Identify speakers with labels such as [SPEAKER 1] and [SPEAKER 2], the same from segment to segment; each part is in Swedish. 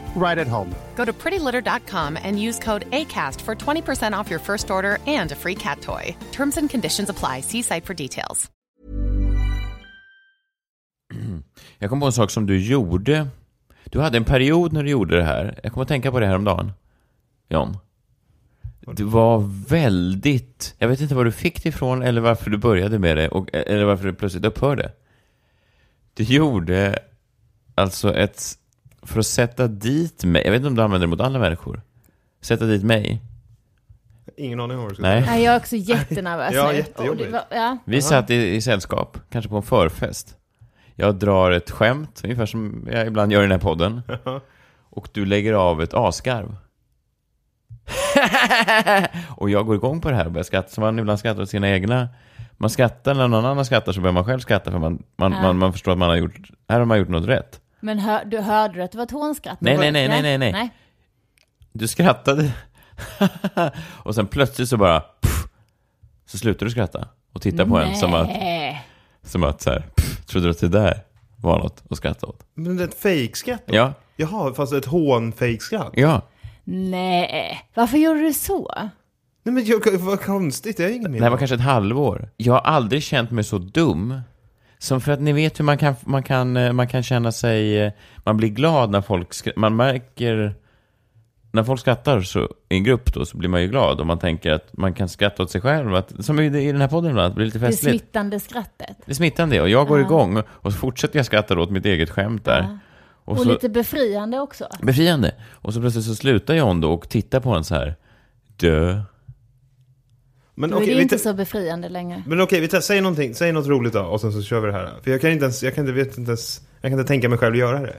[SPEAKER 1] right at home.
[SPEAKER 2] Go to prettylitter.com and use code ACAST for 20% off your first order and a free cat toy. Terms and conditions apply. See site for details.
[SPEAKER 3] Jag kom på en sak som du gjorde. Du hade en period när du gjorde det här. Jag kom att tänka på det här om dagen. John. Du var väldigt... Jag vet inte var du fick det ifrån eller varför du började med det och, eller varför det plötsligt upphörde. Du gjorde alltså ett... För att sätta dit mig. Jag vet inte om du använder det mot alla människor. Sätta dit mig.
[SPEAKER 4] Ingen aning om vad du ska
[SPEAKER 3] Nej.
[SPEAKER 4] säga.
[SPEAKER 5] Nej, jag är också jättenervös
[SPEAKER 4] Ja,
[SPEAKER 5] nu.
[SPEAKER 4] jättejobbigt.
[SPEAKER 5] Och det var- Ja.
[SPEAKER 3] Vi satt i, i sällskap, kanske på en förfest. Jag drar ett skämt, ungefär som jag ibland gör i den här podden. Och du lägger av ett asgarv. och jag går igång på det här och börjar skratta, som man ibland skrattar åt sina egna. Man skrattar när någon annan skrattar så börjar man själv skratta för man, man,
[SPEAKER 5] Ja.
[SPEAKER 3] man, man förstår att man har gjort, här har man gjort något rätt.
[SPEAKER 5] Men hör, du hörde du att det var ett hånskratt?
[SPEAKER 3] Nej, nej, nej, nej, nej, nej.
[SPEAKER 5] nej.
[SPEAKER 3] Du skrattade. och sen plötsligt så bara, pff, så slutar du skratta. Och tittar på en som att,
[SPEAKER 5] Nej.
[SPEAKER 3] som att så här, pff, trodde du att det där var något att skratta åt?
[SPEAKER 4] Men det är ett fejkskratt då?
[SPEAKER 3] Ja,
[SPEAKER 4] Jaha, fast ett hån-fejkskratt?
[SPEAKER 3] ja.
[SPEAKER 5] Nej. Varför gjorde du så?
[SPEAKER 4] Nej men jag, vad konstigt, jag har ingen
[SPEAKER 3] Det här var kanske ett halvår. Jag har aldrig känt mig så dum. Som för att ni vet hur man kan, man kan, eh, man kan känna sig... eh, Man blir glad när folk skrattar. Man märker... När folk skrattar så, i en grupp då, så blir man ju glad. Och man tänker att man kan skratta åt sig själv. Att, som i det- i den här podden ibland, att det blir lite
[SPEAKER 5] Det
[SPEAKER 3] festligt.
[SPEAKER 5] smittande skrattet.
[SPEAKER 3] Det är smittande och jag går igång. Och så fortsätter jag skratta åt mitt eget skämt där.
[SPEAKER 5] Och,
[SPEAKER 3] så-
[SPEAKER 5] lite befriande också.
[SPEAKER 3] Befriande. Och så plötsligt så slutar John då och tittar på en så här. Dö.
[SPEAKER 4] Men
[SPEAKER 5] Då
[SPEAKER 4] okej,
[SPEAKER 5] är det
[SPEAKER 4] vi
[SPEAKER 5] inte
[SPEAKER 4] te-
[SPEAKER 5] så befriande längre.
[SPEAKER 4] Men okej, vi testar, säg någonting, säg något roligt då och sen så kör vi det här. För jag kan inte ens, jag kan inte, vet inte ens, jag kan inte tänka mig själv göra det.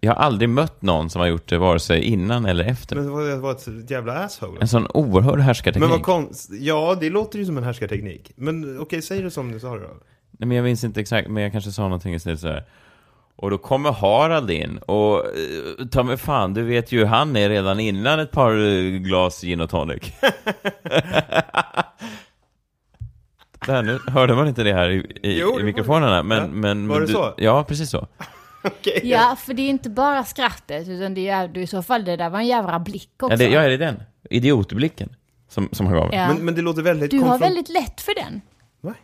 [SPEAKER 3] Jag har aldrig mött någon som har gjort det vare sig innan eller efter.
[SPEAKER 4] Men det var, det var ett jävla asshole.
[SPEAKER 3] En sån oerhörd härskarteknik.
[SPEAKER 4] Men vad konstigt, ja det låter ju som en härskarteknik. Men okej, säg det som du sa det då.
[SPEAKER 3] Nej, men jag minns inte exakt, men jag kanske sa någonting i stil så här. Och då kommer Harald in och eh, ta mig fan, du vet ju hur han är redan innan ett par eh, glas gin och tonic. Där, nu hörde man inte det här i, i,
[SPEAKER 4] Jo, det
[SPEAKER 3] i
[SPEAKER 4] var-
[SPEAKER 3] mikrofonerna, men...
[SPEAKER 4] Ja,
[SPEAKER 3] men
[SPEAKER 4] var
[SPEAKER 3] men
[SPEAKER 4] det
[SPEAKER 3] du,
[SPEAKER 4] så?
[SPEAKER 3] Ja, precis så.
[SPEAKER 4] Okej.
[SPEAKER 5] Ja, för det är inte bara skrattet, utan det är ju i så fall, det där var en jävla blick också.
[SPEAKER 3] Ja, det, ja, är det den? Idiotblicken som, som han gav mig.
[SPEAKER 5] Ja.
[SPEAKER 4] Men, men det låter väldigt
[SPEAKER 5] du har
[SPEAKER 4] konfront-
[SPEAKER 5] väldigt lätt för den.
[SPEAKER 4] Va?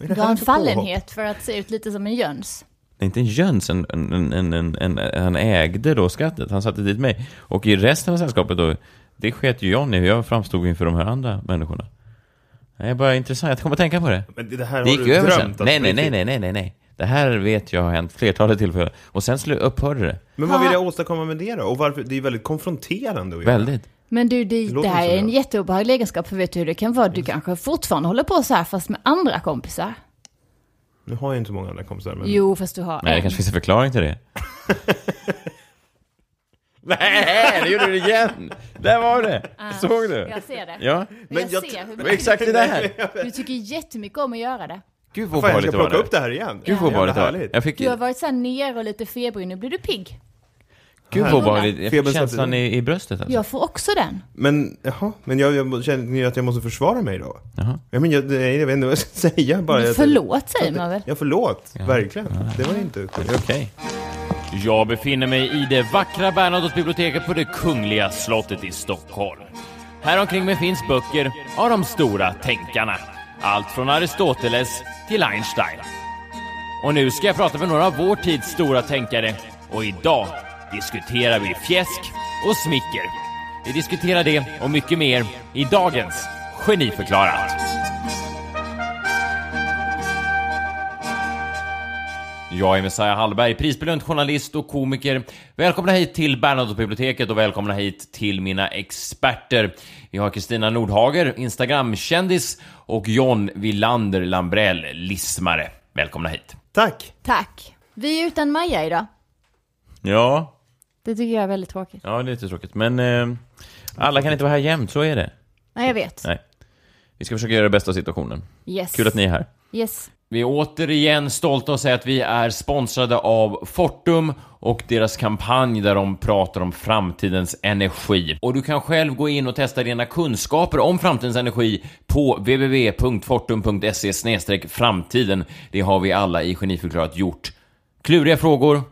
[SPEAKER 4] Vad är det
[SPEAKER 5] Du
[SPEAKER 4] här
[SPEAKER 5] har en
[SPEAKER 4] för påhopp?
[SPEAKER 5] fallenhet för att se ut lite som en jöns.
[SPEAKER 3] Det är inte en jöns, en, en, en, en, en, en, han ägde då skrattet. Han satte dit mig. Och i resten av sällskapet då, det sket ju Johnny hur jag framstod inför de här andra människorna. Det är bara intressant, jag kommer att tänka på det.
[SPEAKER 4] Men det det här
[SPEAKER 3] Det
[SPEAKER 4] har
[SPEAKER 3] gick
[SPEAKER 4] du
[SPEAKER 3] ju över
[SPEAKER 4] drömt
[SPEAKER 3] sen.
[SPEAKER 4] alltså,
[SPEAKER 3] Nej,
[SPEAKER 4] på
[SPEAKER 3] nej, nej,
[SPEAKER 4] riktigt.
[SPEAKER 3] nej, nej, nej, nej. Det här vet jag har hänt flertalet tillfällen. Och sen slu- upphörde det.
[SPEAKER 4] Men vad vill jag åstadkomma med det då? Och varför, det är ju väldigt konfronterande att göra.
[SPEAKER 3] Väldigt.
[SPEAKER 5] Men du, det, det,
[SPEAKER 4] låter
[SPEAKER 5] här
[SPEAKER 4] så,
[SPEAKER 5] är en
[SPEAKER 4] ja.
[SPEAKER 5] jätteobehaglig egenskap, för vet du hur det kan vara?
[SPEAKER 3] Mm.
[SPEAKER 5] Du kanske fortfarande håller på så här, fast med andra kompisar.
[SPEAKER 4] Nu har jag inte så många andra kompisar men...
[SPEAKER 5] Jo, fast du har
[SPEAKER 3] Mm. Nej, det
[SPEAKER 5] en.
[SPEAKER 3] kanske finns en förklaring till det. nej, det gjorde du igen! Där var det! Såg du?
[SPEAKER 5] Ah, Jag ser det.
[SPEAKER 3] Ja,
[SPEAKER 5] Men jag,
[SPEAKER 4] jag-
[SPEAKER 5] ser hur
[SPEAKER 3] det var exakt det där.
[SPEAKER 5] du tycker jättemycket om att göra det.
[SPEAKER 3] Gud vad
[SPEAKER 4] Fan, jag
[SPEAKER 3] obehagligt
[SPEAKER 4] ska
[SPEAKER 3] det var
[SPEAKER 4] plocka
[SPEAKER 3] nu.
[SPEAKER 4] upp det här igen.
[SPEAKER 3] Gud vad obehagligt det
[SPEAKER 4] Jävla
[SPEAKER 3] var.
[SPEAKER 4] härligt.
[SPEAKER 3] Jag fick
[SPEAKER 5] Du har varit så här nere och lite febrig, nu blir du pigg.
[SPEAKER 3] Gud
[SPEAKER 4] Här.
[SPEAKER 3] vad obehagligt. Jag fick
[SPEAKER 4] Feberns-
[SPEAKER 3] känslan i, i bröstet alltså.
[SPEAKER 5] Jag får också den.
[SPEAKER 4] Men jaha, men jag, jag känner ju att jag måste försvara mig då.
[SPEAKER 3] Jaha.
[SPEAKER 4] Ja, men jag, nej, jag vet inte vad jag ska säga bara. Jag-
[SPEAKER 5] Förlåt säger man väl?
[SPEAKER 4] Ja, förlåt. Verkligen. Det var inte kul.
[SPEAKER 3] Okej. Jag befinner mig i det vackra Bernadottebiblioteket på det kungliga slottet i Stockholm. Här omkring mig finns böcker av de stora tänkarna. Allt från Aristoteles till Einstein. Och nu ska jag prata med några av vår tids stora tänkare och idag diskuterar vi fjäsk och smicker. Vi diskuterar det och mycket mer i dagens Geniförklarat. Jag är Messiah Hallberg, prisbelönt journalist och komiker. Välkomna hit till Bernadottebiblioteket och välkomna hit till mina experter. Vi har Kristina Nordhager, Instagram-kändis och John Wilander Lambrell, lismare. Välkomna hit.
[SPEAKER 4] Tack.
[SPEAKER 5] Tack. Vi är utan Maja idag.
[SPEAKER 3] Ja,
[SPEAKER 5] Det tycker jag är väldigt tråkigt.
[SPEAKER 3] ja det är lite tråkigt, men eh, alla kan inte vara här jämt, så är det.
[SPEAKER 5] Nej, jag vet.
[SPEAKER 3] Nej. Vi ska försöka göra det bästa av situationen.
[SPEAKER 5] Yes.
[SPEAKER 3] Kul att ni är här.
[SPEAKER 5] Yes.
[SPEAKER 3] Vi är återigen stolta att säga att vi är sponsrade av Fortum och deras kampanj där de pratar om framtidens energi. Och du kan själv gå in och testa dina kunskaper om framtidens energi på www.fortum.se framtiden. Det har vi alla i Geniförklarat gjort. Kluriga frågor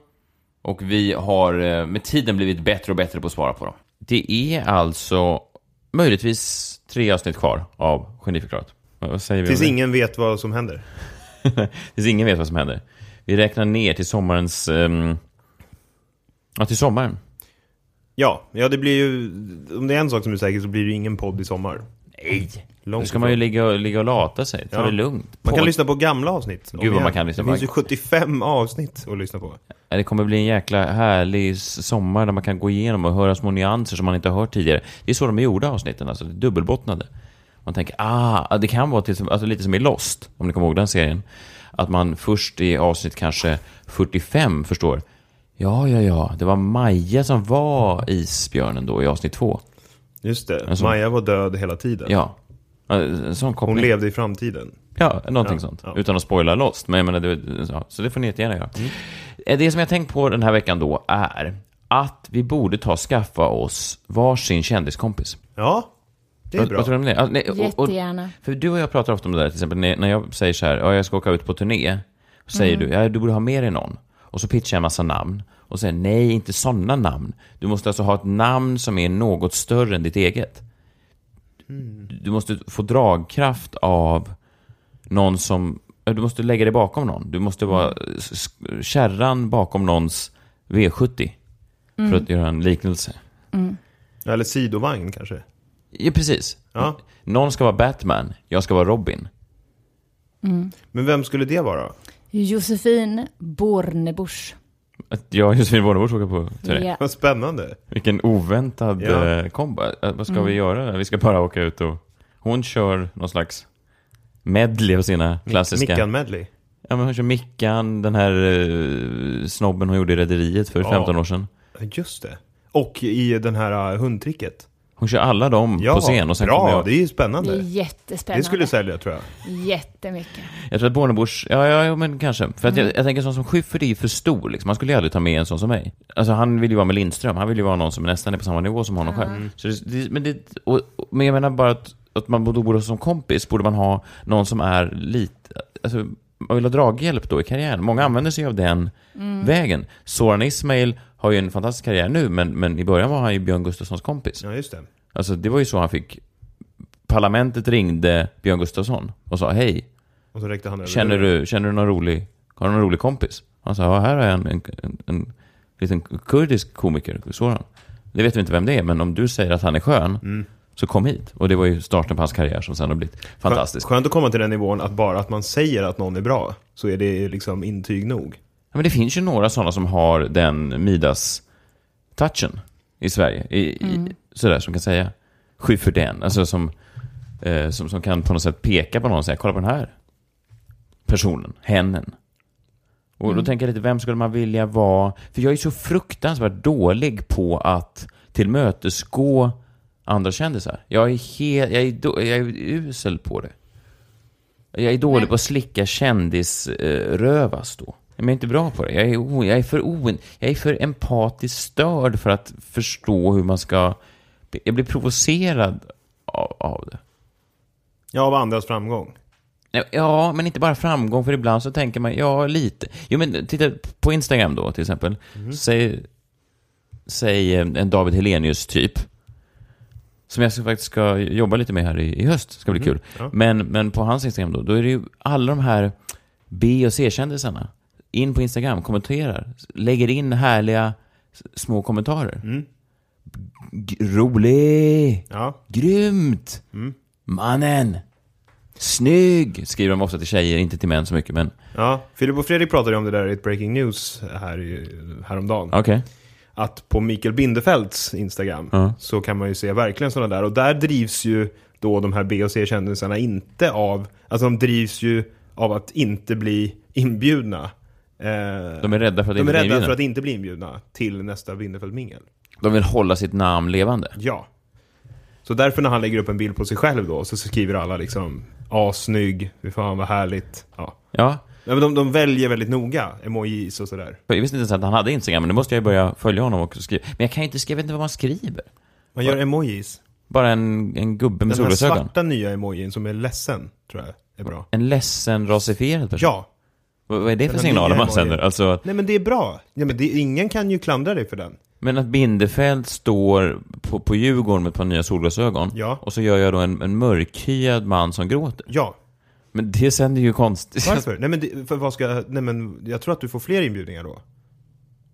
[SPEAKER 3] och vi har eh, med tiden blivit bättre och bättre på att svara på dem. Det är alltså möjligtvis tre avsnitt kvar av Geniförklarat. Vad säger vi om
[SPEAKER 4] Tills
[SPEAKER 3] det?
[SPEAKER 4] ingen vet vad som händer.
[SPEAKER 3] Tills ingen vet vad som händer. Vi räknar ner till sommarens... ehm, ja, till sommaren.
[SPEAKER 4] Ja, ja, det blir ju... Om det är en sak som är säker så blir det ingen podd i sommar.
[SPEAKER 3] Nej! Då
[SPEAKER 4] Långt
[SPEAKER 3] ska man ju
[SPEAKER 4] ifrån.
[SPEAKER 3] ligga och, ligga och lata sig. Ta
[SPEAKER 4] Ja.
[SPEAKER 3] det lugnt.
[SPEAKER 4] Man kan
[SPEAKER 3] Podd-
[SPEAKER 4] lyssna på gamla avsnitt. om
[SPEAKER 3] vad
[SPEAKER 4] igen.
[SPEAKER 3] man kan lyssna
[SPEAKER 4] Det
[SPEAKER 3] på-
[SPEAKER 4] finns ju 75 avsnitt att lyssna på.
[SPEAKER 3] Ja, Det kommer bli en jäkla härlig s- sommar där man kan gå igenom och höra små nyanser som man inte har hört tidigare. Det är så de är gjorda avsnitten, alltså. Det är Dubbelbottnade. Man tänker, ah, det kan vara till, alltså, lite som i Lost, om ni kommer ihåg den serien. Att man först i avsnitt kanske 45 förstår, ja, ja, ja, det var Maja som var isbjörnen då i avsnitt två.
[SPEAKER 4] Just det.
[SPEAKER 3] Alltså-
[SPEAKER 4] Maja var död hela tiden.
[SPEAKER 3] Ja. En sån
[SPEAKER 4] Typ. Hon
[SPEAKER 3] koppling.
[SPEAKER 4] levde i framtiden.
[SPEAKER 3] Ja, någonting
[SPEAKER 4] Ja,
[SPEAKER 3] sånt.
[SPEAKER 4] ja. Mm.
[SPEAKER 3] Utan att spoila Lost. Men jag menar, det, ja, så det får ni jättegärna göra. Eh, Det som jag tänkt på den här veckan då är att vi borde ta och skaffa oss varsin kändiskompis.
[SPEAKER 4] Ja, det är
[SPEAKER 3] Vad-
[SPEAKER 4] bra.
[SPEAKER 3] Vad tror du om det? Ja, nej, och, och,
[SPEAKER 5] Jättegärna.
[SPEAKER 3] för du och jag pratar ofta om det där, till exempel när när jag säger så här, ja, jag ska åka ut på turné. Så säger du, ja, du borde ha med dig någon. Och så pitchar jag en massa namn. Och säger, nej, inte sådana namn. Du måste alltså ha ett namn som är något större än ditt eget.
[SPEAKER 4] Mm.
[SPEAKER 3] Du måste få dragkraft av någon som... ja, Du måste lägga dig bakom någon. Du måste vara s- s- kärran bakom någons V70. För att göra en liknelse.
[SPEAKER 4] Eller sidovagn kanske.
[SPEAKER 3] Ja, precis.
[SPEAKER 4] Ja.
[SPEAKER 3] Någon ska vara Batman, jag ska vara Robin.
[SPEAKER 4] Men vem skulle det vara?
[SPEAKER 5] Josefin Bornebusch.
[SPEAKER 3] Att jag och Josefin Bornebusch ska åka på turné.
[SPEAKER 5] Ja.
[SPEAKER 4] Vad spännande.
[SPEAKER 3] Vilken oväntad
[SPEAKER 4] Ja.
[SPEAKER 3] eh, kombo. Eh, Vad ska vi göra? Vi ska bara åka ut och... Hon kör någon slags medley av sina klassiska...
[SPEAKER 4] Mickan Medley.
[SPEAKER 3] Ja, men hon kör Mickan, den här eh, snobben hon gjorde i Rederiet för
[SPEAKER 4] Ja.
[SPEAKER 3] 15 år sedan.
[SPEAKER 4] Ja, Just det. Och i den här uh, hundtricket.
[SPEAKER 3] Hon kör alla dem
[SPEAKER 4] Ja,
[SPEAKER 3] på scen och sen
[SPEAKER 4] bra.
[SPEAKER 3] kommer jag...
[SPEAKER 4] Det är ju spännande.
[SPEAKER 5] Det är
[SPEAKER 4] Det,
[SPEAKER 5] jättespännande.
[SPEAKER 4] skulle sälja tror jag.
[SPEAKER 5] Jättemycket.
[SPEAKER 3] Jag tror att Bornebusch, ja, ja, ja, men kanske. För att jag, jag tänker sån som Schyffert är ju för stor liksom. Man skulle ju aldrig ta med en sån som mig. Alltså han vill ju vara med Lindström. Han vill ju vara någon som nästan är på samma nivå som honom själv. Så det, det, men, det, och, och- men jag menar bara att, att man borde, borde som kompis, borde man ha någon som är lite, alltså man vill ha draghjälp då i karriären. Många använder sig av den vägen. Soran Ismail har ju en fantastisk karriär nu, men, men i början var han ju Björn Gustafssons kompis.
[SPEAKER 4] Ja, just det.
[SPEAKER 3] Alltså det var ju så han fick, parlamentet ringde Björn Gustafsson och sa hej,
[SPEAKER 4] Och så räckte han över.
[SPEAKER 3] Känner du, känner du någon rolig, har du någon rolig kompis? Han sa, ja här har jag en, en, en, en liten kurdisk komiker, Soran. Det vet vi inte vem det är, men om du säger att han är skön, så kom hit. Och det var ju starten på hans karriär som sen har blivit fantastisk.
[SPEAKER 4] Skönt att komma till den nivån att bara att man säger att någon är bra, så är det liksom intyg nog.
[SPEAKER 3] Ja, men det finns ju några sådana som har den Midas-touchen i Sverige. I, i, sådär som kan säga, sky för den. Alltså som, eh, som, som kan på något sätt peka på någon och säga, kolla på den här personen, hennen. Och då tänker jag lite, vem skulle man vilja vara? För jag är så fruktansvärt dålig på att tillmötesgå andra kändisar. Jag är, he- jag är, då- jag är usel på det. Jag är dålig på att slicka kändisrövas då. Men jag är inte bra på det. Jag är, o, jag är, för, o, jag är för empatiskt störd för att förstå hur man ska... Jag blir provocerad av, av det.
[SPEAKER 4] Ja, av andras framgång.
[SPEAKER 3] Nej, Ja, men inte bara framgång, för ibland så tänker man, ja, lite. Jo, men titta på Instagram då, till exempel. Säg, säg eh, en David Helenius typ. Som jag ska- faktiskt ska jobba lite med här i, i höst, ska bli kul.
[SPEAKER 4] ja.
[SPEAKER 3] Men, men på hans Instagram då, då är det ju alla de här B och C-kändisarna. In på Instagram, kommenterar. Lägger in härliga s- små kommentarer. G- rolig!
[SPEAKER 4] Ja.
[SPEAKER 3] Grymt!
[SPEAKER 4] Mm.
[SPEAKER 3] Mannen! Snygg! Skriver de ofta till tjejer, inte till män så mycket, men
[SPEAKER 4] ja. Filip och Fredrik pratade ju om det där i ett breaking news här, i- häromdagen.
[SPEAKER 3] okej.
[SPEAKER 4] Att på Mikael Bindefelds Instagram
[SPEAKER 3] Ja.
[SPEAKER 4] så kan man ju se verkligen sådana där. Och där drivs ju då de här B och C-kändisarna inte av... Alltså de drivs ju av att inte bli inbjudna. Eh,
[SPEAKER 3] De är rädda för att
[SPEAKER 4] de
[SPEAKER 3] inte
[SPEAKER 4] är rädda
[SPEAKER 3] bli
[SPEAKER 4] för
[SPEAKER 3] inbjudna.
[SPEAKER 4] att inte bli inbjudna till nästa Bindefeld-mingel.
[SPEAKER 3] De vill hålla sitt namn levande.
[SPEAKER 4] Ja. Så därför när han lägger upp en bild på sig själv då, så skriver alla liksom Ja, snygg, fy fan vad härligt. Ja.
[SPEAKER 3] Ja.
[SPEAKER 4] Nej, men de, de väljer väldigt noga emojis och sådär.
[SPEAKER 3] Jag visste inte ens att han hade Instagram, men nu måste jag ju börja följa honom och skriva. Men jag kan ju inte skriva, jag vet inte vad man skriver.
[SPEAKER 4] Man gör emojis.
[SPEAKER 3] Bara en, en gubbe med
[SPEAKER 4] Den här
[SPEAKER 3] solglasögon.
[SPEAKER 4] svarta nya emojin som är ledsen, tror jag är bra.
[SPEAKER 3] En ledsen, rasifierad person.
[SPEAKER 4] Ja.
[SPEAKER 3] Vad, vad är det för
[SPEAKER 4] Den här
[SPEAKER 3] signaler
[SPEAKER 4] nya
[SPEAKER 3] man
[SPEAKER 4] emojin.
[SPEAKER 3] sänder? Alltså, att-
[SPEAKER 4] Nej men det är bra. Ja, men det, ingen kan ju klandra dig för den.
[SPEAKER 3] men att Bindefeld står på, på Djurgården med ett par nya solglasögon.
[SPEAKER 4] Ja.
[SPEAKER 3] Och så gör jag då en, en mörkhyad man som gråter.
[SPEAKER 4] Ja.
[SPEAKER 3] Men det sänder ju konstigt.
[SPEAKER 4] Varför? Nej men, det, för vad ska, jag- nej men jag tror att du får fler inbjudningar då.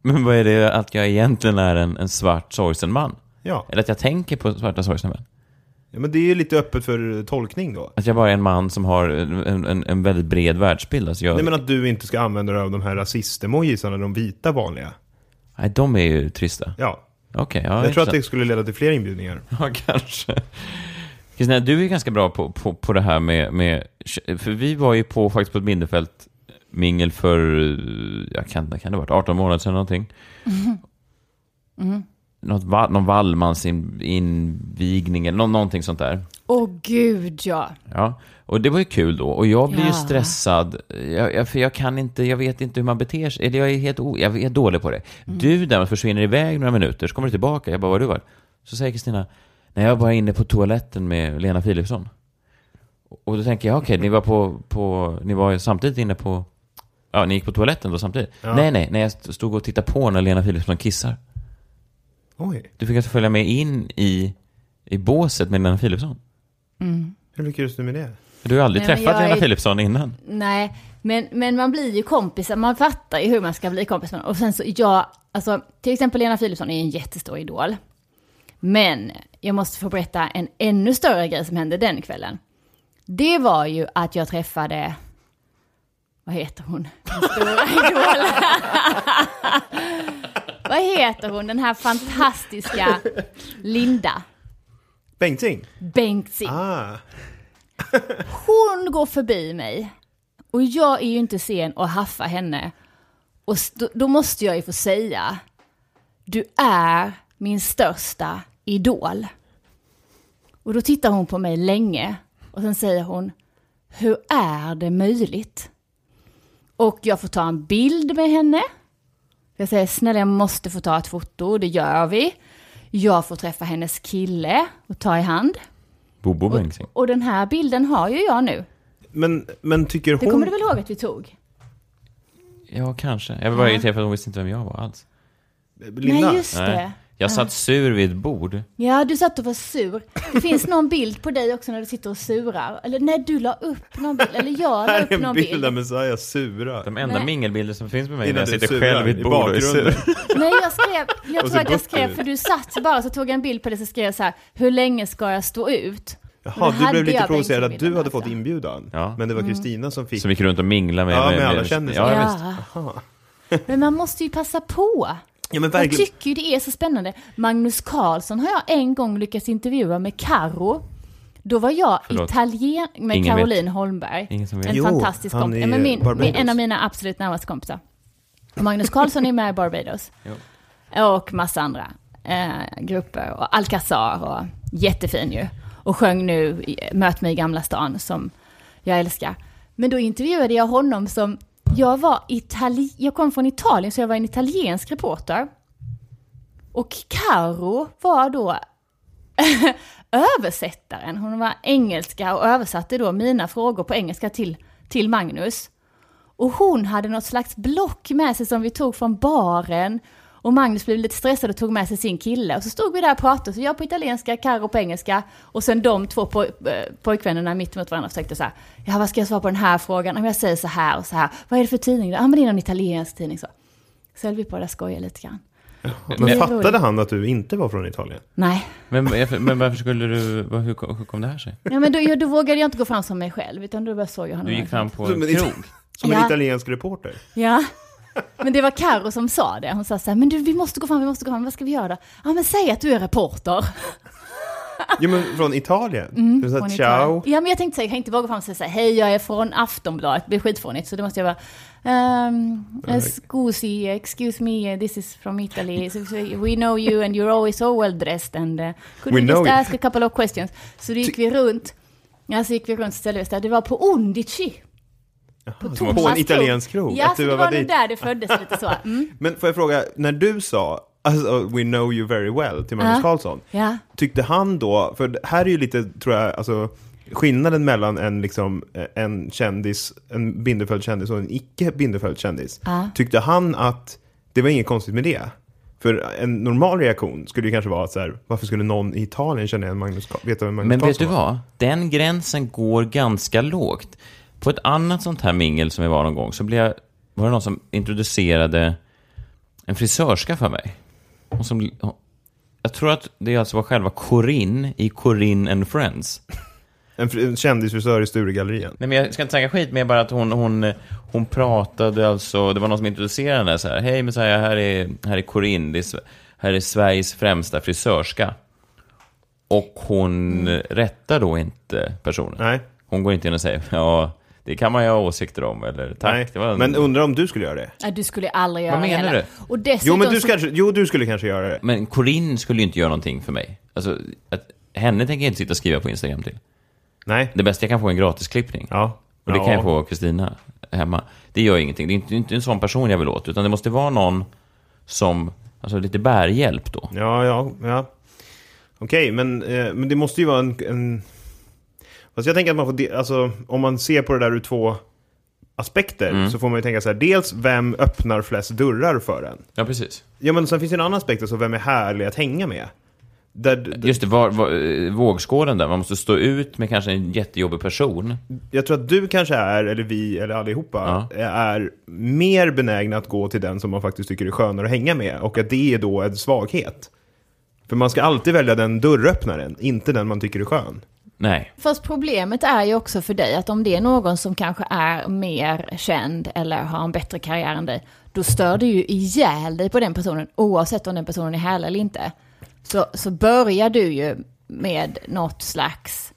[SPEAKER 3] Men vad är det att jag egentligen är en, en svart sorgsen man?
[SPEAKER 4] Ja.
[SPEAKER 3] Eller att jag tänker på svarta sorgsna män?
[SPEAKER 4] ja. Men det är ju lite öppet för eh, tolkning då.
[SPEAKER 3] Att jag bara är en man som har en, en, en väldigt bred världsbild? Alltså jag,
[SPEAKER 4] Nej
[SPEAKER 3] nej,
[SPEAKER 4] men att du inte ska använda dig av de här rasistemojisarna, de vita vanliga.
[SPEAKER 3] de är ju trista.
[SPEAKER 4] Ja.
[SPEAKER 3] Okej, ja.
[SPEAKER 4] jag tror att det
[SPEAKER 3] intressant.
[SPEAKER 4] skulle leda till fler inbjudningar.
[SPEAKER 3] Ja, kanske. Kristina, du är ganska bra på, på, på det här med, med... För vi var ju på, faktiskt på ett Bindefält mingel för, eh, jag kan, kan det ha varit 18 månader sedan någonting? Något, va- någon Wallmans-invigning eller nå- någonting sånt där.
[SPEAKER 5] Åh gud ja.
[SPEAKER 3] Ja, och det var ju kul då. Och jag blir ju
[SPEAKER 5] Ja.
[SPEAKER 3] stressad, jag, jag, för jag kan inte, jag vet inte hur man beter sig. Eller jag är helt o, jag är dålig på det.
[SPEAKER 5] Mm.
[SPEAKER 3] Du däremot försvinner iväg några minuter, så kommer du tillbaka. Jag bara, var du var? Så säger Kristina, när jag var inne på toaletten med Lena Philipsson. Och då tänker jag, okej, ni var på, på, ni var ju samtidigt inne på, ja, ni gick på toaletten då samtidigt. Nej, nej, nej, jag stod och tittade på när Lena Philipsson kissar.
[SPEAKER 4] Oj.
[SPEAKER 3] Du fick alltså följa med in i, i båset med Lena Philipsson.
[SPEAKER 4] Hur lyckades du med det?
[SPEAKER 3] Du har ju aldrig
[SPEAKER 5] Nej, men
[SPEAKER 3] träffat
[SPEAKER 5] jag
[SPEAKER 3] Lena
[SPEAKER 5] är-
[SPEAKER 3] Philipsson innan.
[SPEAKER 5] Nej, men, men man blir ju kompisar, man fattar ju hur man ska bli kompis med någon. Och sen så, jag, alltså till exempel Lena Philipsson är en jättestor idol. Men jag måste få berätta en ännu större grej som hände den kvällen. Det var ju att jag träffade, vad heter hon? Den stora idol. vad heter hon, den här fantastiska Linda
[SPEAKER 4] Bengtzing?
[SPEAKER 5] Bengtzing.
[SPEAKER 4] Ah.
[SPEAKER 5] Hon går förbi mig och jag är ju inte sen att haffa henne. Och s- då, då måste jag ju få säga, du är min största idol. Och då tittar hon på mig länge och sen säger hon, hur är det möjligt? Och jag får ta en bild med henne. Jag säger, snälla jag måste få ta ett foto, det gör vi. Jag får träffa hennes kille och ta i hand.
[SPEAKER 3] Bobo Bengtzing.
[SPEAKER 5] Och den här bilden har ju jag nu.
[SPEAKER 4] Men, men tycker
[SPEAKER 5] Det kommer
[SPEAKER 4] hon...
[SPEAKER 5] du väl ihåg att vi tog?
[SPEAKER 3] Ja, kanske. Jag var bara irriterad för att hon visste inte vem jag var alls.
[SPEAKER 4] Linda?
[SPEAKER 5] Nej, just det.
[SPEAKER 3] Jag satt sur vid ett bord.
[SPEAKER 5] Ja, du satt och var sur. Det finns någon bild på dig också när du sitter och surar. Eller när du la upp någon bild. Eller jag la
[SPEAKER 4] Här är
[SPEAKER 5] upp
[SPEAKER 4] en
[SPEAKER 5] någon
[SPEAKER 4] bild
[SPEAKER 5] bild.
[SPEAKER 4] där Messiah surar.
[SPEAKER 3] De enda
[SPEAKER 5] Nej.
[SPEAKER 3] mingelbilder som finns med mig är när
[SPEAKER 4] Innan
[SPEAKER 3] jag
[SPEAKER 4] du
[SPEAKER 3] sitter
[SPEAKER 4] surar
[SPEAKER 3] själv vid
[SPEAKER 4] i
[SPEAKER 3] ett bord och är sur.
[SPEAKER 4] bakgrunden.
[SPEAKER 5] Nej, jag skrev, jag
[SPEAKER 4] Och så
[SPEAKER 5] tror att jag
[SPEAKER 4] buffar
[SPEAKER 5] skrev,
[SPEAKER 4] du.
[SPEAKER 5] för du satt bara, så tog jag en bild på dig, så skrev jag så här, hur länge ska jag stå ut?
[SPEAKER 4] Jaha,
[SPEAKER 5] Men
[SPEAKER 4] du
[SPEAKER 5] hade
[SPEAKER 4] blev lite
[SPEAKER 5] jag
[SPEAKER 4] provocerad att du
[SPEAKER 5] Bengtzing-bilden
[SPEAKER 4] hade
[SPEAKER 5] alltså? Mm.
[SPEAKER 4] fått inbjudan.
[SPEAKER 3] Ja.
[SPEAKER 4] Men det var Kristina som fick.
[SPEAKER 3] Som gick runt och minglade med,
[SPEAKER 4] Ja, med alla
[SPEAKER 3] med
[SPEAKER 4] kändisar.
[SPEAKER 3] Ja, ja. Visst.
[SPEAKER 5] Ja. Men man måste ju passa på.
[SPEAKER 4] Ja men
[SPEAKER 5] Jag
[SPEAKER 4] verkligen.
[SPEAKER 5] tycker ju det är så spännande. Magnus Carlsson har jag en gång lyckats intervjua med Karo. Då var jag
[SPEAKER 3] Förlåt.
[SPEAKER 5] italien med
[SPEAKER 3] Ingen
[SPEAKER 5] Caroline Holmberg.
[SPEAKER 3] Ingen som vet.
[SPEAKER 5] En
[SPEAKER 4] Jo,
[SPEAKER 5] fantastisk
[SPEAKER 4] han
[SPEAKER 5] kompis.
[SPEAKER 4] är
[SPEAKER 5] Ja, men min,
[SPEAKER 4] Barbados.
[SPEAKER 5] min, en av mina absolut närmaste kompisar. Magnus Carlsson är med i Barbados. Och massa andra eh, grupper. Och Alcazar och jättefin ju. Och sjöng nu i Möt mig i Gamla stan som jag älskar. Men då intervjuade jag honom som Jag var Itali- jag kom från Italien så jag var en italiensk reporter. Och Caro var då översättaren. Hon var engelska och översatte då mina frågor på engelska till, till Magnus. Och hon hade något slags block med sig som vi tog från baren. Och Magnus blev lite stressad och tog med sig sin kille. Och så stod vi där och pratade, så jag på italienska, Karo på engelska. Och sen de två poj- eh, pojkvännerna mitt emot varandra försökte så här. Ja, vad ska jag svara på den här frågan? Om jag säger så här och så här. Vad är det för tidning? då? Ja, men det är någon italiensk tidning så. Så höll vi på att skoja lite grann. Det
[SPEAKER 4] Men
[SPEAKER 5] är
[SPEAKER 4] fattade
[SPEAKER 5] roligt.
[SPEAKER 4] han att du inte var från Italien?
[SPEAKER 5] Nej.
[SPEAKER 3] Men, men varför skulle du... vad- Hur kom hur kom det här sig?
[SPEAKER 5] Ja, men då, ja, då vågade jag inte gå fram som mig själv, utan då bara såg jag honom.
[SPEAKER 3] Du gick fram på
[SPEAKER 4] Som
[SPEAKER 3] en
[SPEAKER 4] en-
[SPEAKER 3] krog?
[SPEAKER 4] Som en
[SPEAKER 5] Ja.
[SPEAKER 4] italiensk reporter?
[SPEAKER 5] Ja. Men det var Karo som sa det. Hon sa så här, men du, vi måste gå fram, vi måste gå fram, vad ska vi göra då? Ja, men säg att du är reporter.
[SPEAKER 4] Jo men från Italien? du sa
[SPEAKER 5] Mm. Från
[SPEAKER 4] ciao?
[SPEAKER 5] Italien. Ja, men jag tänkte säga, jag kan inte bara gå fram och säga så här, hej, jag är från Aftonbladet, det blir skitfånigt, så då måste jag bara, ehm, excuse, excuse me, this is from Italy, So- so we know you and you're always so well dressed and uh, could
[SPEAKER 4] We
[SPEAKER 5] we,
[SPEAKER 4] know
[SPEAKER 5] just
[SPEAKER 4] you."
[SPEAKER 5] ask a couple of questions? Så då gick vi runt, ja, så gick vi runt och ställde oss där, det var på Undici. På,
[SPEAKER 4] var på
[SPEAKER 5] Thomas
[SPEAKER 4] en italiensk krog,
[SPEAKER 5] Ja,
[SPEAKER 4] att
[SPEAKER 5] så
[SPEAKER 4] du
[SPEAKER 5] det
[SPEAKER 4] var
[SPEAKER 5] var nog
[SPEAKER 4] dit.
[SPEAKER 5] där det föddes lite så. Mm.
[SPEAKER 4] Men får jag fråga, när du sa alltså, “We know you very well” till Magnus
[SPEAKER 5] Ja.
[SPEAKER 4] Carlsson,
[SPEAKER 5] Ja.
[SPEAKER 4] tyckte han då, för här är ju lite, tror jag, alltså, skillnaden mellan en, liksom, eh, en kändis, en bindeföljd kändis och en icke bindeföljd kändis. Tyckte han att det var inget konstigt med det? För en normal reaktion skulle ju kanske vara att så här, varför skulle någon i Italien känna igen Magnus, Carl- veta vem Magnus
[SPEAKER 3] Men vet
[SPEAKER 4] Carlsson
[SPEAKER 3] du vad? Den gränsen går ganska lågt. På ett annat sånt här mingel som vi var någon gång så blev jag, var det någon som introducerade en frisörska för mig. Hon som, hon- jag tror att det alltså var själva Corinne i Corinne and Friends.
[SPEAKER 4] En, fr- en kändisfrisör i Sturegallerian.
[SPEAKER 3] Nej men jag ska inte snacka skit, men bara att hon, hon, hon pratade alltså, det var någon som introducerade henne så här. Hej Messiah, här är, här är Corinne, det är, Sve- här är Sveriges främsta frisörska. Och hon rättar då inte personen.
[SPEAKER 4] Nej.
[SPEAKER 3] Hon går inte in och säger ja, det kan man ju ha åsikter om eller tack.
[SPEAKER 4] Nej.
[SPEAKER 3] Det var en...
[SPEAKER 4] Men undrar om du skulle göra det?
[SPEAKER 5] Nej, du skulle aldrig göra
[SPEAKER 3] menar
[SPEAKER 5] heller.
[SPEAKER 3] du?
[SPEAKER 5] Och dessutom
[SPEAKER 4] Jo, men du,
[SPEAKER 5] så-
[SPEAKER 4] ska, jo, du skulle kanske göra det.
[SPEAKER 3] men Corinne skulle ju inte göra någonting för mig. Alltså, att, henne tänker jag inte sitta och skriva på Instagram till.
[SPEAKER 4] Nej.
[SPEAKER 3] Det bästa jag kan få är en gratisklippning.
[SPEAKER 4] Ja.
[SPEAKER 3] Och det
[SPEAKER 4] ja.
[SPEAKER 3] kan jag få av Kristina hemma. Det gör ingenting. Det är inte, inte en sån person jag vill åt, utan det måste vara någon som, alltså lite bärhjälp då.
[SPEAKER 4] Ja, ja, ja. Okej, men, eh, men det måste ju vara en... en... Fast jag tänker att man får... de- Alltså, om man ser på det där ur två aspekter
[SPEAKER 3] Mm.
[SPEAKER 4] så får man ju tänka så här. Dels, vem öppnar flest dörrar för en?
[SPEAKER 3] Ja, precis.
[SPEAKER 4] Ja, men sen finns det en annan aspekt, alltså vem är härlig att hänga med? Där, d-
[SPEAKER 3] Just det, var, var, eh, vågskålen där. Man måste stå ut med kanske en jättejobbig person.
[SPEAKER 4] jag tror att du kanske är, eller vi, eller allihopa, är mer benägna att gå till den som man faktiskt tycker är skönare att hänga med. Och att det är då en svaghet. För man ska alltid välja den dörröppnaren, inte den man tycker är skön.
[SPEAKER 3] Nej.
[SPEAKER 5] Fast problemet är ju också för dig att om det är någon som kanske är mer känd eller har en bättre karriär än dig, då stör du ju ihjäl dig på den personen oavsett om den personen är härlig eller inte. Så, så börjar du ju med något slags,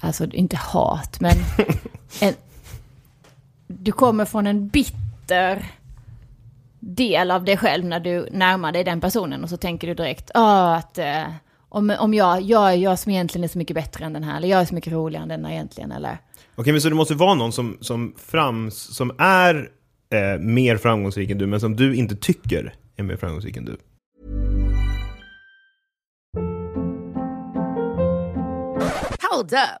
[SPEAKER 5] alltså inte hat, men en, du kommer från en bitter del av dig själv när du närmar dig den personen och så tänker du direkt "Ah, att eh, om, om jag, jag är jag som egentligen är så mycket bättre än den här eller jag är så mycket roligare än den här egentligen eller
[SPEAKER 4] Okej, men så det måste vara någon som, som, frams, som är eh, mer framgångsrik än du, men som du inte tycker är mer framgångsrik än du.
[SPEAKER 6] Hold up.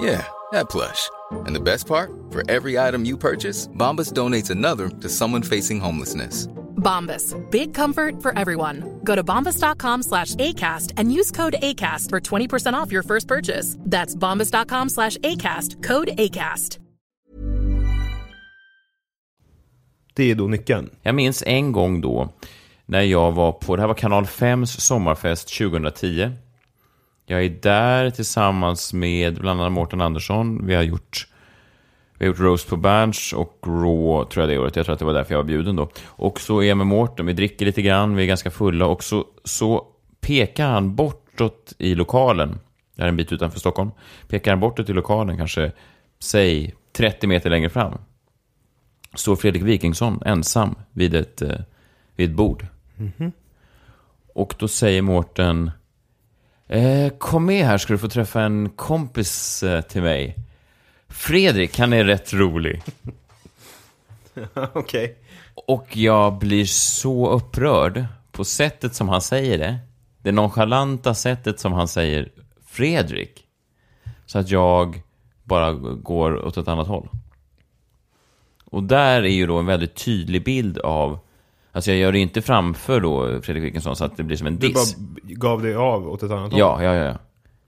[SPEAKER 7] Yeah, that plush. And the best part? For every item you purchase, Bombas donates another to someone facing homelessness.
[SPEAKER 8] Bombas, big comfort for everyone. Go to bombas.com slash ACAST and use code ACAST for 20% off your first purchase. That's bombas.com slash ACAST, code ACAST.
[SPEAKER 4] Det är då nyckeln.
[SPEAKER 3] Jag minns en gång då när jag var på, det här var Kanal 5s sommarfest 2010. Jag är där tillsammans med bland annat Mårten Andersson. Vi har gjort, vi har gjort Roast på Berns och Raw tror jag det året. Jag tror att det var därför jag var bjuden då. Och så är jag med Mårten, vi dricker lite grann, vi är ganska fulla och så, så pekar han bortåt i lokalen. Det här är en bit utanför Stockholm. Pekar han bortåt i lokalen kanske, säg 30 meter längre fram. Står Fredrik Wikingsson ensam vid ett, eh, vid ett bord. Och då säger Mårten eh, Kom med här ska du få träffa en kompis eh, till mig. Fredrik, han är rätt rolig.
[SPEAKER 4] Okej.
[SPEAKER 3] Och jag blir så upprörd på sättet som han säger det. Det nonchalanta sättet som han säger Fredrik. Så att jag bara går åt ett annat håll. Och där är ju då en väldigt tydlig bild av Alltså jag gör det inte framför då Fredrik Wikingsson så att det blir som en
[SPEAKER 4] Du bara
[SPEAKER 3] diss.
[SPEAKER 4] b- gav dig av åt ett annat håll.
[SPEAKER 3] Ja, ja, ja. ja.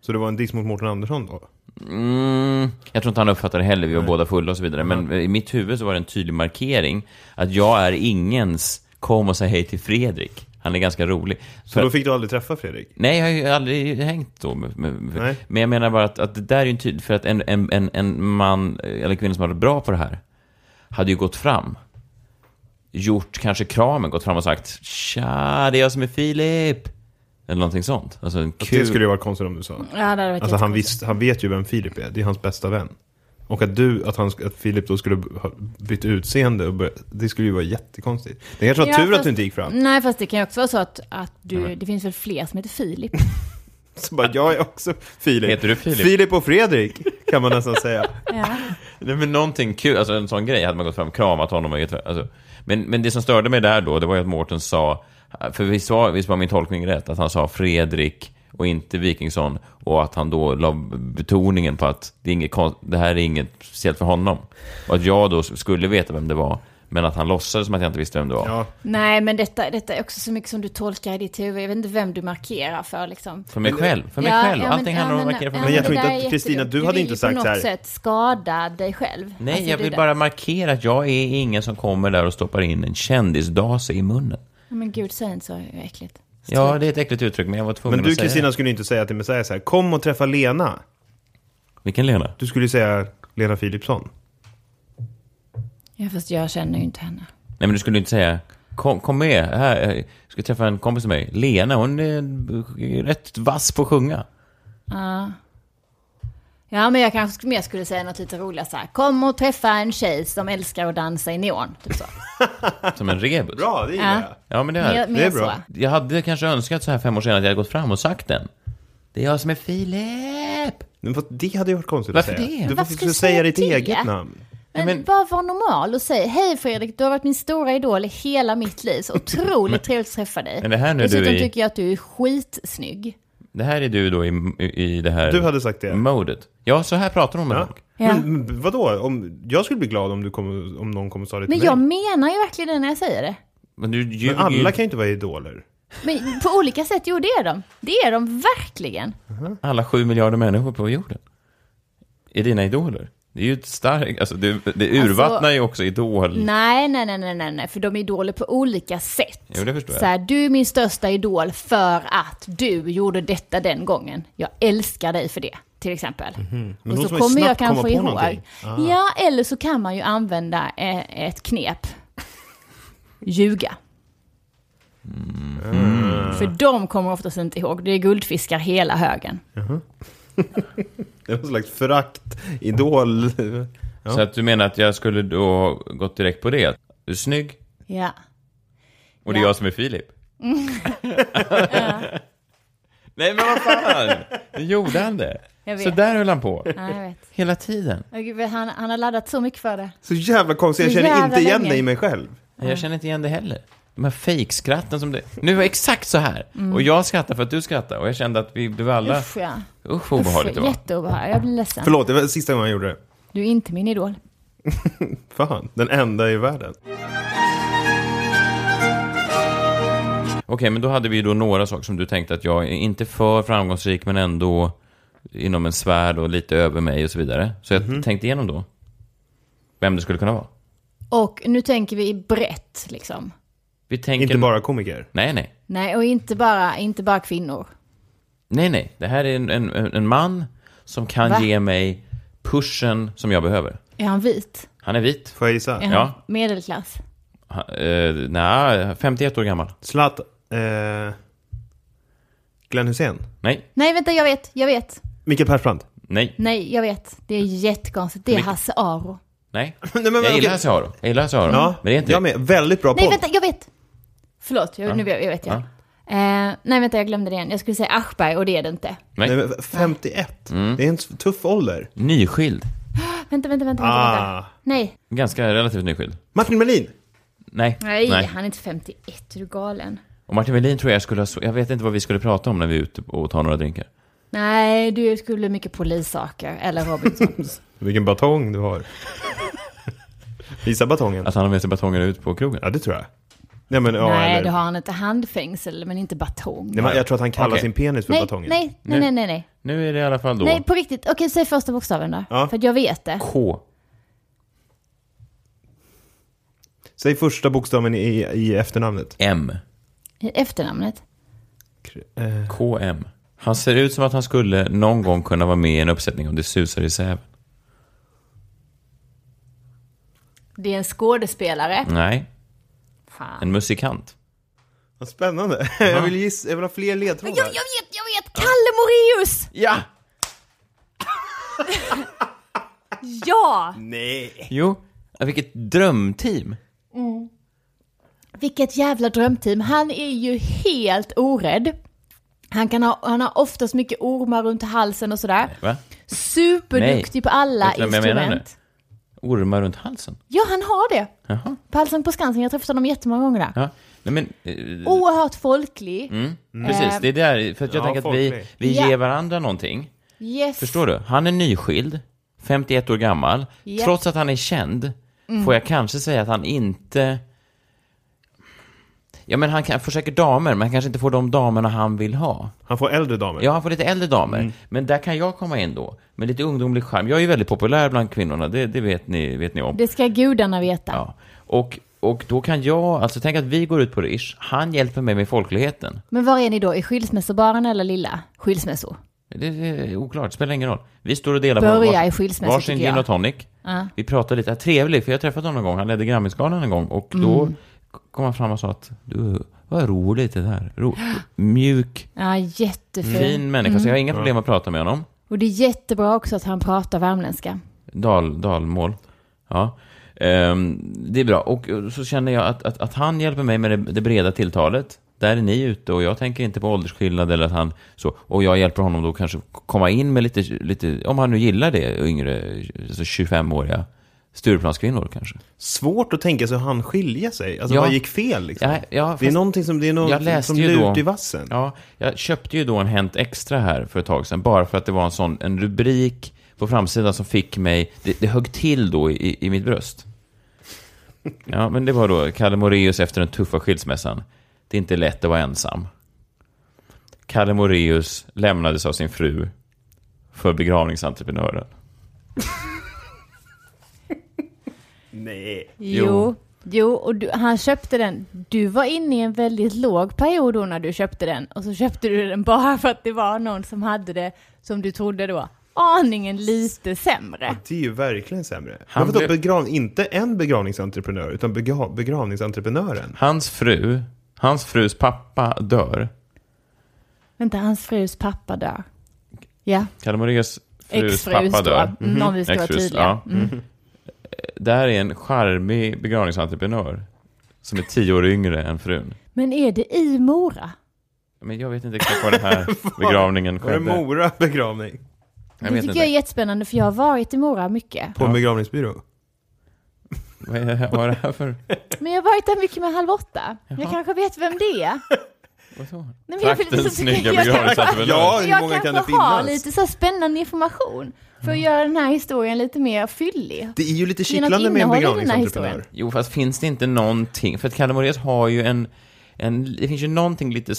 [SPEAKER 4] Så det var en diss mot Mårten Andersson då?
[SPEAKER 3] Mm, jag tror inte han uppfattade det heller, vi var båda fulla och så vidare. Men i mitt huvud så var det en tydlig markering att jag är ingens kom och säg hej till Fredrik. Han är ganska rolig.
[SPEAKER 4] Så
[SPEAKER 3] För-
[SPEAKER 4] då fick du aldrig träffa Fredrik?
[SPEAKER 3] Nej, jag har ju aldrig hängt då. Med, med,
[SPEAKER 4] Nej.
[SPEAKER 3] Men jag menar bara att, att det där är ju en tydlig... För att en, en, en, en man eller kvinna som hade varit bra på det här hade ju gått fram, gjort kanske kramen, gått fram och sagt Tja, det är jag som är Filip! Eller någonting sånt. Alltså en
[SPEAKER 4] Att
[SPEAKER 3] kul...
[SPEAKER 4] Det skulle ju vara konstigt om du sa.
[SPEAKER 5] det hade varit
[SPEAKER 4] alltså han,
[SPEAKER 5] jättekonstigt.
[SPEAKER 4] visst, han vet ju vem Filip är, det är hans bästa vän. Och att du, att, han, att Filip då skulle ha bytt utseende, och börja, det skulle ju vara jättekonstigt. Det kanske var
[SPEAKER 5] Ja,
[SPEAKER 4] tur att
[SPEAKER 5] fast- Mm.
[SPEAKER 4] du inte gick fram. Mm.
[SPEAKER 5] Nej, fast det kan ju också vara så att, att du, det finns väl fler som heter Filip?
[SPEAKER 4] Så bara, jag är också Filip.
[SPEAKER 3] Heter du Filip?
[SPEAKER 4] Filip och Fredrik, kan man nästan säga.
[SPEAKER 5] Ja.
[SPEAKER 3] Nej, men någonting kul, alltså en sån grej hade man gått fram och kramat honom. Och, gett- alltså, men, men det som störde mig där då, det var ju att Mårten sa, för visst var, visst var min tolkning rätt, att han sa Fredrik och inte Wikingsson och att han då la betoningen på att det, är inget, kon- det här är inget speciellt för honom. Och att jag då skulle veta vem det var, men att han låtsades som att jag inte visste vem det var.
[SPEAKER 4] Ja,
[SPEAKER 5] Nej, men detta, detta är också så mycket som du tolkar i ditt huvud. Jag vet inte vem du markerar för liksom.
[SPEAKER 3] För mig själv, för mig
[SPEAKER 5] Ja,
[SPEAKER 3] själv.
[SPEAKER 5] ja, men-
[SPEAKER 3] Allting
[SPEAKER 5] ja,
[SPEAKER 3] handlar om att
[SPEAKER 5] men-
[SPEAKER 3] markera för
[SPEAKER 5] ja,
[SPEAKER 3] mig
[SPEAKER 4] Men jag
[SPEAKER 3] själv.
[SPEAKER 4] tror inte
[SPEAKER 5] det
[SPEAKER 4] att-
[SPEAKER 5] där är
[SPEAKER 4] Kristina,
[SPEAKER 5] jättedumt.
[SPEAKER 4] du hade inte sagt
[SPEAKER 5] vill ju
[SPEAKER 4] så
[SPEAKER 5] på
[SPEAKER 4] här-
[SPEAKER 5] något sätt skada dig själv.
[SPEAKER 3] Nej,
[SPEAKER 5] Alltså,
[SPEAKER 3] jag
[SPEAKER 5] det
[SPEAKER 3] vill
[SPEAKER 5] där-
[SPEAKER 3] bara markera att jag är ingen som kommer där och stoppar in en kändisdase i munnen.
[SPEAKER 5] Ja, Men gud, säg inte så det är äckligt.
[SPEAKER 3] Ja, det är ett äckligt uttryck, men jag var tvungen
[SPEAKER 4] men du
[SPEAKER 3] att säga
[SPEAKER 4] Kristina
[SPEAKER 3] det.
[SPEAKER 4] skulle ju inte säga till Messiah så här, kom och träffa Lena.
[SPEAKER 3] Vilken Lena?
[SPEAKER 4] Du skulle ju säga Lena Philipsson.
[SPEAKER 5] Ja, fast jag känner ju inte henne.
[SPEAKER 3] Nej, men du skulle inte säga kom, kom med, här, eh, jag ska träffa en kompis med mig. Lena, hon är rätt vass på att sjunga.
[SPEAKER 5] Ja. Ja, men jag kanske sk- mer skulle säga något lite roligare så här. Kom och träffa en tjej som älskar att dansa i neon. Typ så.
[SPEAKER 3] Som en rebus.
[SPEAKER 4] Bra, det gillar
[SPEAKER 5] Ja.
[SPEAKER 4] jag.
[SPEAKER 3] Ja, men det
[SPEAKER 5] Mer,
[SPEAKER 3] är
[SPEAKER 5] mer
[SPEAKER 4] bra.
[SPEAKER 5] så.
[SPEAKER 3] Jag hade kanske önskat så här fem år senare att jag hade gått fram och sagt den. Det är jag som är Filip.
[SPEAKER 4] Men vad- det hade ju varit konstigt
[SPEAKER 3] Varför
[SPEAKER 4] att säga.
[SPEAKER 3] det?
[SPEAKER 4] Du
[SPEAKER 5] Varför
[SPEAKER 4] varför
[SPEAKER 5] skulle
[SPEAKER 4] skulle
[SPEAKER 5] du
[SPEAKER 4] säga
[SPEAKER 5] säga
[SPEAKER 4] ditt
[SPEAKER 5] det?
[SPEAKER 4] eget namn.
[SPEAKER 5] Men,
[SPEAKER 3] men-
[SPEAKER 5] bara var normal och säg hej Fredrik, du har varit min stora idol i hela mitt liv. Så otroligt trevligt att träffa dig.
[SPEAKER 3] Men det här nu du
[SPEAKER 5] Dessutom
[SPEAKER 3] är i-
[SPEAKER 5] tycker jag att du är skitsnygg.
[SPEAKER 3] Det här är du då i, i det här
[SPEAKER 4] Du hade sagt det.
[SPEAKER 3] modet. Ja, så här pratar de med
[SPEAKER 4] Ja.
[SPEAKER 3] folk.
[SPEAKER 5] Ja.
[SPEAKER 4] Men men vadå? Om, jag skulle bli glad om, du kom, om någon kom och sa det till
[SPEAKER 5] Men
[SPEAKER 4] mig.
[SPEAKER 5] jag menar ju verkligen det när jag säger det.
[SPEAKER 3] Men, du ljuger
[SPEAKER 4] men alla kan ju inte vara idoler.
[SPEAKER 5] Men på olika sätt, jo det är de. Det är de verkligen.
[SPEAKER 3] Alla sju miljarder människor på jorden. Är dina idoler. Det är ju ett starkt, alltså det, det urvattnar ju också idol.
[SPEAKER 5] Nej, nej, nej, nej, nej, nej, för de är idoler på olika sätt.
[SPEAKER 3] Jo, det förstår
[SPEAKER 5] Så
[SPEAKER 3] jag.
[SPEAKER 5] här, du är min största idol för att du gjorde detta den gången. Jag älskar dig för det, till exempel.
[SPEAKER 4] Mhm. Men
[SPEAKER 5] Och
[SPEAKER 4] de
[SPEAKER 5] så
[SPEAKER 4] som är
[SPEAKER 5] kommer jag
[SPEAKER 4] snabbt komma
[SPEAKER 5] kanske
[SPEAKER 4] på
[SPEAKER 5] ihåg.
[SPEAKER 4] någonting. Ah.
[SPEAKER 5] Ja, eller så kan man ju använda eh, ett knep. Ljuga.
[SPEAKER 4] Mm.
[SPEAKER 5] För de kommer oftast inte ihåg. Det är guldfiskar hela högen.
[SPEAKER 4] Det är någon slags förakt, idol. Ja.
[SPEAKER 3] Så att du menar att jag skulle då gått direkt på det? Du är snygg
[SPEAKER 5] Ja.
[SPEAKER 3] och det är jag som är Filip. Nej men vad fan! Nu gjorde han det.
[SPEAKER 5] Jag vet.
[SPEAKER 3] Så där höll han på.
[SPEAKER 5] Ja, jag vet.
[SPEAKER 3] Hela tiden.
[SPEAKER 5] Åh, Gud, han, han har laddat så mycket för det.
[SPEAKER 4] Så jävla konstigt, jag
[SPEAKER 5] Så
[SPEAKER 4] känner
[SPEAKER 5] jävla
[SPEAKER 4] inte igen
[SPEAKER 5] länge.
[SPEAKER 4] det i mig själv.
[SPEAKER 3] Jag känner inte igen det heller. De här fejkskratten som det... Nu var det exakt så här.
[SPEAKER 5] Mm.
[SPEAKER 3] Och jag skrattar för att du skrattar. Och jag kände att vi blev alla...
[SPEAKER 5] Usch ja.
[SPEAKER 3] Usch vad obehagligt det var.
[SPEAKER 5] Jätteobehagligt, jag blir ledsen.
[SPEAKER 4] Förlåt, det var sista gången jag gjorde det.
[SPEAKER 5] Du är inte min idol.
[SPEAKER 4] Fan, den enda i världen.
[SPEAKER 3] Okej, men då hade vi då några saker som du tänkte att jag är inte för framgångsrik men ändå inom en sfär och lite över mig och så vidare. Så jag
[SPEAKER 4] Mhm.
[SPEAKER 3] tänkte igenom då vem det skulle kunna vara.
[SPEAKER 5] Och nu tänker vi brett liksom.
[SPEAKER 3] Vi tänker...
[SPEAKER 4] Inte bara komiker?
[SPEAKER 3] Nej, nej.
[SPEAKER 5] Nej, och inte bara, inte bara kvinnor.
[SPEAKER 3] Nej, nej. Det här är en, en, en man som kan
[SPEAKER 5] Va?
[SPEAKER 3] ge mig pushen som jag behöver.
[SPEAKER 5] Är han vit?
[SPEAKER 3] Han är vit.
[SPEAKER 4] Får jag gissa?
[SPEAKER 5] Är han
[SPEAKER 3] Ja.
[SPEAKER 5] medelklass?
[SPEAKER 3] Han, eh, nej, 51 år gammal.
[SPEAKER 4] Zlatan... Eh, Glenn Hussein?
[SPEAKER 3] Nej,
[SPEAKER 5] Nej, vänta, jag vet, jag vet.
[SPEAKER 4] Mikael Persbrandt?
[SPEAKER 3] nej,
[SPEAKER 5] Nej, jag vet. Det är jättekonstigt. Det är
[SPEAKER 3] Vilket-
[SPEAKER 5] Hasse Aro.
[SPEAKER 3] nej.
[SPEAKER 4] Nej, men,
[SPEAKER 3] jag
[SPEAKER 4] okej.
[SPEAKER 3] gillar Hasse Aro. Jag gillar Hasse Aro.
[SPEAKER 4] Ja,
[SPEAKER 3] Men det är inte...
[SPEAKER 4] jag med. Väldigt bra
[SPEAKER 5] Nej,
[SPEAKER 4] podd.
[SPEAKER 5] vänta, jag vet. Förlåt, jag,
[SPEAKER 3] Ja.
[SPEAKER 5] nu vet jag. Vet jag.
[SPEAKER 3] Ja.
[SPEAKER 5] Eh, nej, vänta, jag glömde det igen. Jag skulle säga Aschberg och det är det inte.
[SPEAKER 4] Nej,
[SPEAKER 3] Nej.
[SPEAKER 4] men 51? Det är en tuff ålder.
[SPEAKER 3] Nyskild.
[SPEAKER 5] Vänta, vänta, vänta. vänta,
[SPEAKER 4] Ah.
[SPEAKER 5] vänta. Nej.
[SPEAKER 3] Ganska relativt nyskild.
[SPEAKER 4] Martin Melin!
[SPEAKER 3] Nej.
[SPEAKER 5] Nej, han är inte 51, är du galen?
[SPEAKER 3] Och Martin Melin tror jag skulle ha... så- Jag vet inte vad vi skulle prata om när vi är ute och tar några drinkar.
[SPEAKER 5] Nej, du skulle bli mycket polissaker, eller Robinson.
[SPEAKER 4] Vilken batong du har. Alltså- Visa batongen.
[SPEAKER 3] Att Alltså, han har med sig batonger ut på krogen.
[SPEAKER 4] Ja, det tror jag. Nej, men, ja,
[SPEAKER 5] nej,
[SPEAKER 4] eller,
[SPEAKER 5] det har han inte. Handfängsel, men inte batong.
[SPEAKER 4] nej, men jag tror att han kallar
[SPEAKER 3] Okej.
[SPEAKER 4] sin penis för
[SPEAKER 5] nej,
[SPEAKER 4] batongen.
[SPEAKER 5] nej, nej, nej, nej, nej.
[SPEAKER 3] Nu är det i alla fall då
[SPEAKER 5] Nej, på riktigt. Okej, säg första bokstaven då.
[SPEAKER 4] Ja.
[SPEAKER 5] För att jag vet det.
[SPEAKER 3] K.
[SPEAKER 4] Säg första bokstaven i, i efternamnet.
[SPEAKER 3] M.
[SPEAKER 5] I Efternamnet.
[SPEAKER 4] Eh,
[SPEAKER 3] KM. Han ser ut som att han skulle någon gång kunna vara med i en uppsättning om det susar i säven.
[SPEAKER 5] Det är en skådespelare.
[SPEAKER 3] Nej,
[SPEAKER 5] Fan.
[SPEAKER 3] en musikant.
[SPEAKER 4] vad spännande. Jag vill, gissa, jag vill ha fler
[SPEAKER 5] Jag,
[SPEAKER 4] ledtrådar.
[SPEAKER 5] jag vet, jag vet! Kalle Moreus!
[SPEAKER 3] Ja!
[SPEAKER 5] Ja!
[SPEAKER 4] Nej.
[SPEAKER 3] Jo. Ja, Vilket drömteam.
[SPEAKER 5] Vilket jävla drömteam. Han är ju helt orädd. Han, kan ha, han har oftast mycket ormar runt halsen och sådär.
[SPEAKER 3] Va?
[SPEAKER 5] Superduktig på alla
[SPEAKER 3] Vet du vem jag menar
[SPEAKER 5] instrument.
[SPEAKER 3] Ormar runt halsen.
[SPEAKER 5] Ja, han har det.
[SPEAKER 3] Jaha.
[SPEAKER 5] På Allsång på Skansen, jag har träffat honom jättemånga gånger där.
[SPEAKER 3] Ja. Nej men... eh,
[SPEAKER 5] Oerhört folklig.
[SPEAKER 3] Mm. Precis, det är där. För att jag
[SPEAKER 4] Ja,
[SPEAKER 3] tänker att vi,
[SPEAKER 4] folklig.
[SPEAKER 3] vi
[SPEAKER 5] Ja.
[SPEAKER 3] ger varandra någonting.
[SPEAKER 5] Yes.
[SPEAKER 3] Förstår du? Han är nyskild, 51 år gammal.
[SPEAKER 5] Ja.
[SPEAKER 3] Trots att han är känd får jag kanske säga att han inte... Ja, men han kan, får säkert damer, men han kanske inte får de damerna han vill ha.
[SPEAKER 4] Han får äldre damer.
[SPEAKER 3] Ja, han får lite äldre damer. Men där kan jag komma in då, med lite ungdomlig charm. Jag är ju väldigt populär bland kvinnorna, det, det vet, ni, vet ni om.
[SPEAKER 5] Det ska gudarna veta.
[SPEAKER 3] Ja. Och, och då kan jag, alltså tänk att vi går ut på Rish, han hjälper mig med folkligheten.
[SPEAKER 5] Men var är ni då? I skilsmässobaren eller lilla skilsmässo?
[SPEAKER 3] Det det är oklart, spelar ingen roll. Vi står och delar
[SPEAKER 5] Börja
[SPEAKER 3] på
[SPEAKER 5] i skilsmässa,
[SPEAKER 3] varsin
[SPEAKER 5] tycker jag.
[SPEAKER 3] gin och tonic.
[SPEAKER 5] Ja.
[SPEAKER 3] Vi pratade lite, trevlig, för jag har träffat honom en gång, han ledde Grammisgalan en gång och då
[SPEAKER 5] Mm.
[SPEAKER 3] kom han fram och sa att du, vad roligt det där. Ro, mjuk,
[SPEAKER 5] Ja, jättefin.
[SPEAKER 3] fin människa, så jag har inga problem att prata med honom.
[SPEAKER 5] Och det är jättebra också att han pratar värmländska.
[SPEAKER 3] Dal, dalmål. Ja. Ehm, det är bra. Och eh, så känner jag att, att, att han hjälper mig med det, det breda tilltalet. Där är ni ute och jag tänker inte på åldersskillnad eller att han så. Och jag hjälper honom då kanske komma in med lite, lite om han nu gillar det, yngre, alltså 25-åriga Stureplanskvinnor kanske.
[SPEAKER 4] Svårt att tänka sig hur han skilja sig. Alltså
[SPEAKER 3] Ja.
[SPEAKER 4] vad gick fel liksom?
[SPEAKER 3] Ja, ja,
[SPEAKER 4] det är
[SPEAKER 3] fast-
[SPEAKER 4] någonting som, det är något
[SPEAKER 3] jag läste
[SPEAKER 4] som
[SPEAKER 3] ju
[SPEAKER 4] lut
[SPEAKER 3] då,
[SPEAKER 4] i vassen.
[SPEAKER 3] Ja, jag köpte ju då en Hänt Extra här för ett tag sedan, bara för att det var en sån en rubrik på framsidan som fick mig, det, det högg till då i, i mitt bröst. Ja, men det var då Kalle Moraeus efter den tuffa skilsmässan. Det är inte lätt att vara ensam. Kalle Moraeus lämnades av sin fru för begravningsentreprenören.
[SPEAKER 4] Nej.
[SPEAKER 5] Jo. jo. och du, han köpte den. Du var inne i en väldigt låg period då när du köpte den. Och så köpte du den bara för att det var någon som hade det som du trodde då aningen lite sämre.
[SPEAKER 4] Det är ju verkligen sämre.
[SPEAKER 3] Han
[SPEAKER 4] Han blev...
[SPEAKER 3] blev-
[SPEAKER 4] begrav... Inte en begravningsentreprenör, utan begra... begravningsentreprenören.
[SPEAKER 3] Hans fru, hans frus pappa dör.
[SPEAKER 5] Vänta, hans frus pappa dör. Ja.
[SPEAKER 3] Kalle Moraeus frus
[SPEAKER 5] Ex-frus
[SPEAKER 3] pappa
[SPEAKER 5] då,
[SPEAKER 3] dör.
[SPEAKER 5] mm, om vi ska vara
[SPEAKER 3] Ex-frus,
[SPEAKER 5] tydliga. Mm.
[SPEAKER 3] Eh, Där är en charmig begravningsentreprenör som är tio år yngre än frun.
[SPEAKER 5] Men är det i Mora?
[SPEAKER 3] Men jag vet inte exakt var den här begravningen
[SPEAKER 4] Var det
[SPEAKER 3] skedde.
[SPEAKER 4] Mora begravning?
[SPEAKER 3] Jag
[SPEAKER 5] det
[SPEAKER 3] vet
[SPEAKER 5] tycker
[SPEAKER 3] inte.
[SPEAKER 5] jag är jättespännande för jag har varit i Mora mycket.
[SPEAKER 4] På en begravningsbyrå?
[SPEAKER 3] Vad är det här- vad är det här för...
[SPEAKER 5] Men jag har varit där mycket med Halv åtta. Jag kanske vet vem det är. Nej, men jag vill
[SPEAKER 3] Traktens
[SPEAKER 5] inte-
[SPEAKER 3] snygga
[SPEAKER 5] jag-
[SPEAKER 3] begravningsentreprenör.
[SPEAKER 4] Ja, hur
[SPEAKER 5] Jag
[SPEAKER 4] många kan det
[SPEAKER 5] kanske har
[SPEAKER 4] finnas? Mm.
[SPEAKER 5] lite så här spännande information för att göra den här historien lite mer fyllig.
[SPEAKER 4] Det är ju lite
[SPEAKER 5] Det är något
[SPEAKER 4] kittlande med en
[SPEAKER 5] innehåll i den här
[SPEAKER 4] begravningsentreprenör.
[SPEAKER 5] historien.
[SPEAKER 3] Jo, fast finns det inte någonting? För att Kalle Moraeus har ju en, en... Det finns ju någonting lite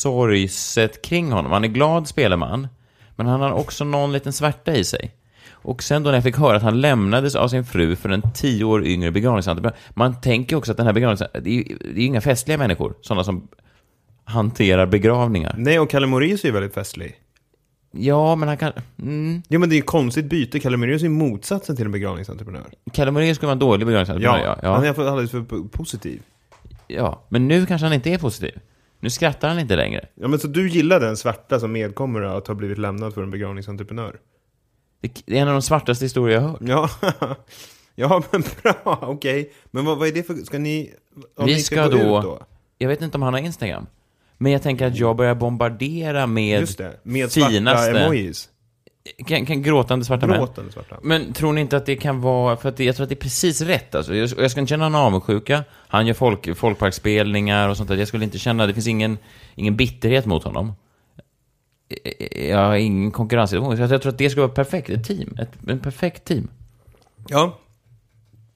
[SPEAKER 3] sorgset kring honom. Han är glad spelman, men han har också någon liten svärta i sig. Och sen då när jag fick höra att han lämnades av sin fru för en tio år yngre begravningsentreprenör. Man tänker ju också att den här begravningsentreprenören... Det är ju det är ju inga festliga människor, sådana som hanterar begravningar.
[SPEAKER 4] Nej, och Kalle Moraeus är ju väldigt festlig.
[SPEAKER 3] Ja, men han kan... Mm.
[SPEAKER 4] Ja, men det är ju konstigt byte. Kalle Moraeus är ju motsatsen till en begravningsentreprenör.
[SPEAKER 3] Kalle Moraeus skulle vara en dålig
[SPEAKER 4] Ja,
[SPEAKER 3] begravningsentreprenör,
[SPEAKER 4] han är i alla fall alldeles för p- positiv.
[SPEAKER 3] Ja, men nu kanske han inte är positiv. Nu skrattar han inte längre.
[SPEAKER 4] Ja, men så du gillar den svarta som medkommer att ha blivit lämnad för en begravningsentreprenör?
[SPEAKER 3] Det det är en av de svartaste historier jag har hört.
[SPEAKER 4] Ja, ja men bra, okej. Men vad, vad är det för... Ska ni... om
[SPEAKER 3] Vi
[SPEAKER 4] ni
[SPEAKER 3] ska
[SPEAKER 4] gå
[SPEAKER 3] då-
[SPEAKER 4] ut då?
[SPEAKER 3] Jag vet inte om han har Instagram. Men jag tänker att jag börjar bombardera med,
[SPEAKER 4] Just det, med
[SPEAKER 3] finaste...
[SPEAKER 4] svarta emojis.
[SPEAKER 3] Kan, kan gråtande svarta män.
[SPEAKER 4] Gråtande svarta.
[SPEAKER 3] Men tror ni inte att det kan vara, för att det, jag tror att det är precis rätt alltså. jag, och jag ska inte känna någon avundsjuka. Han gör folk, folkparksspelningar och sånt där. Jag skulle inte känna, det finns ingen, ingen bitterhet mot honom. Eh, Jag har ingen konkurrenssituation. Så jag, jag tror att det skulle vara perfekt, ett team. Ett, ett perfekt team.
[SPEAKER 4] Ja,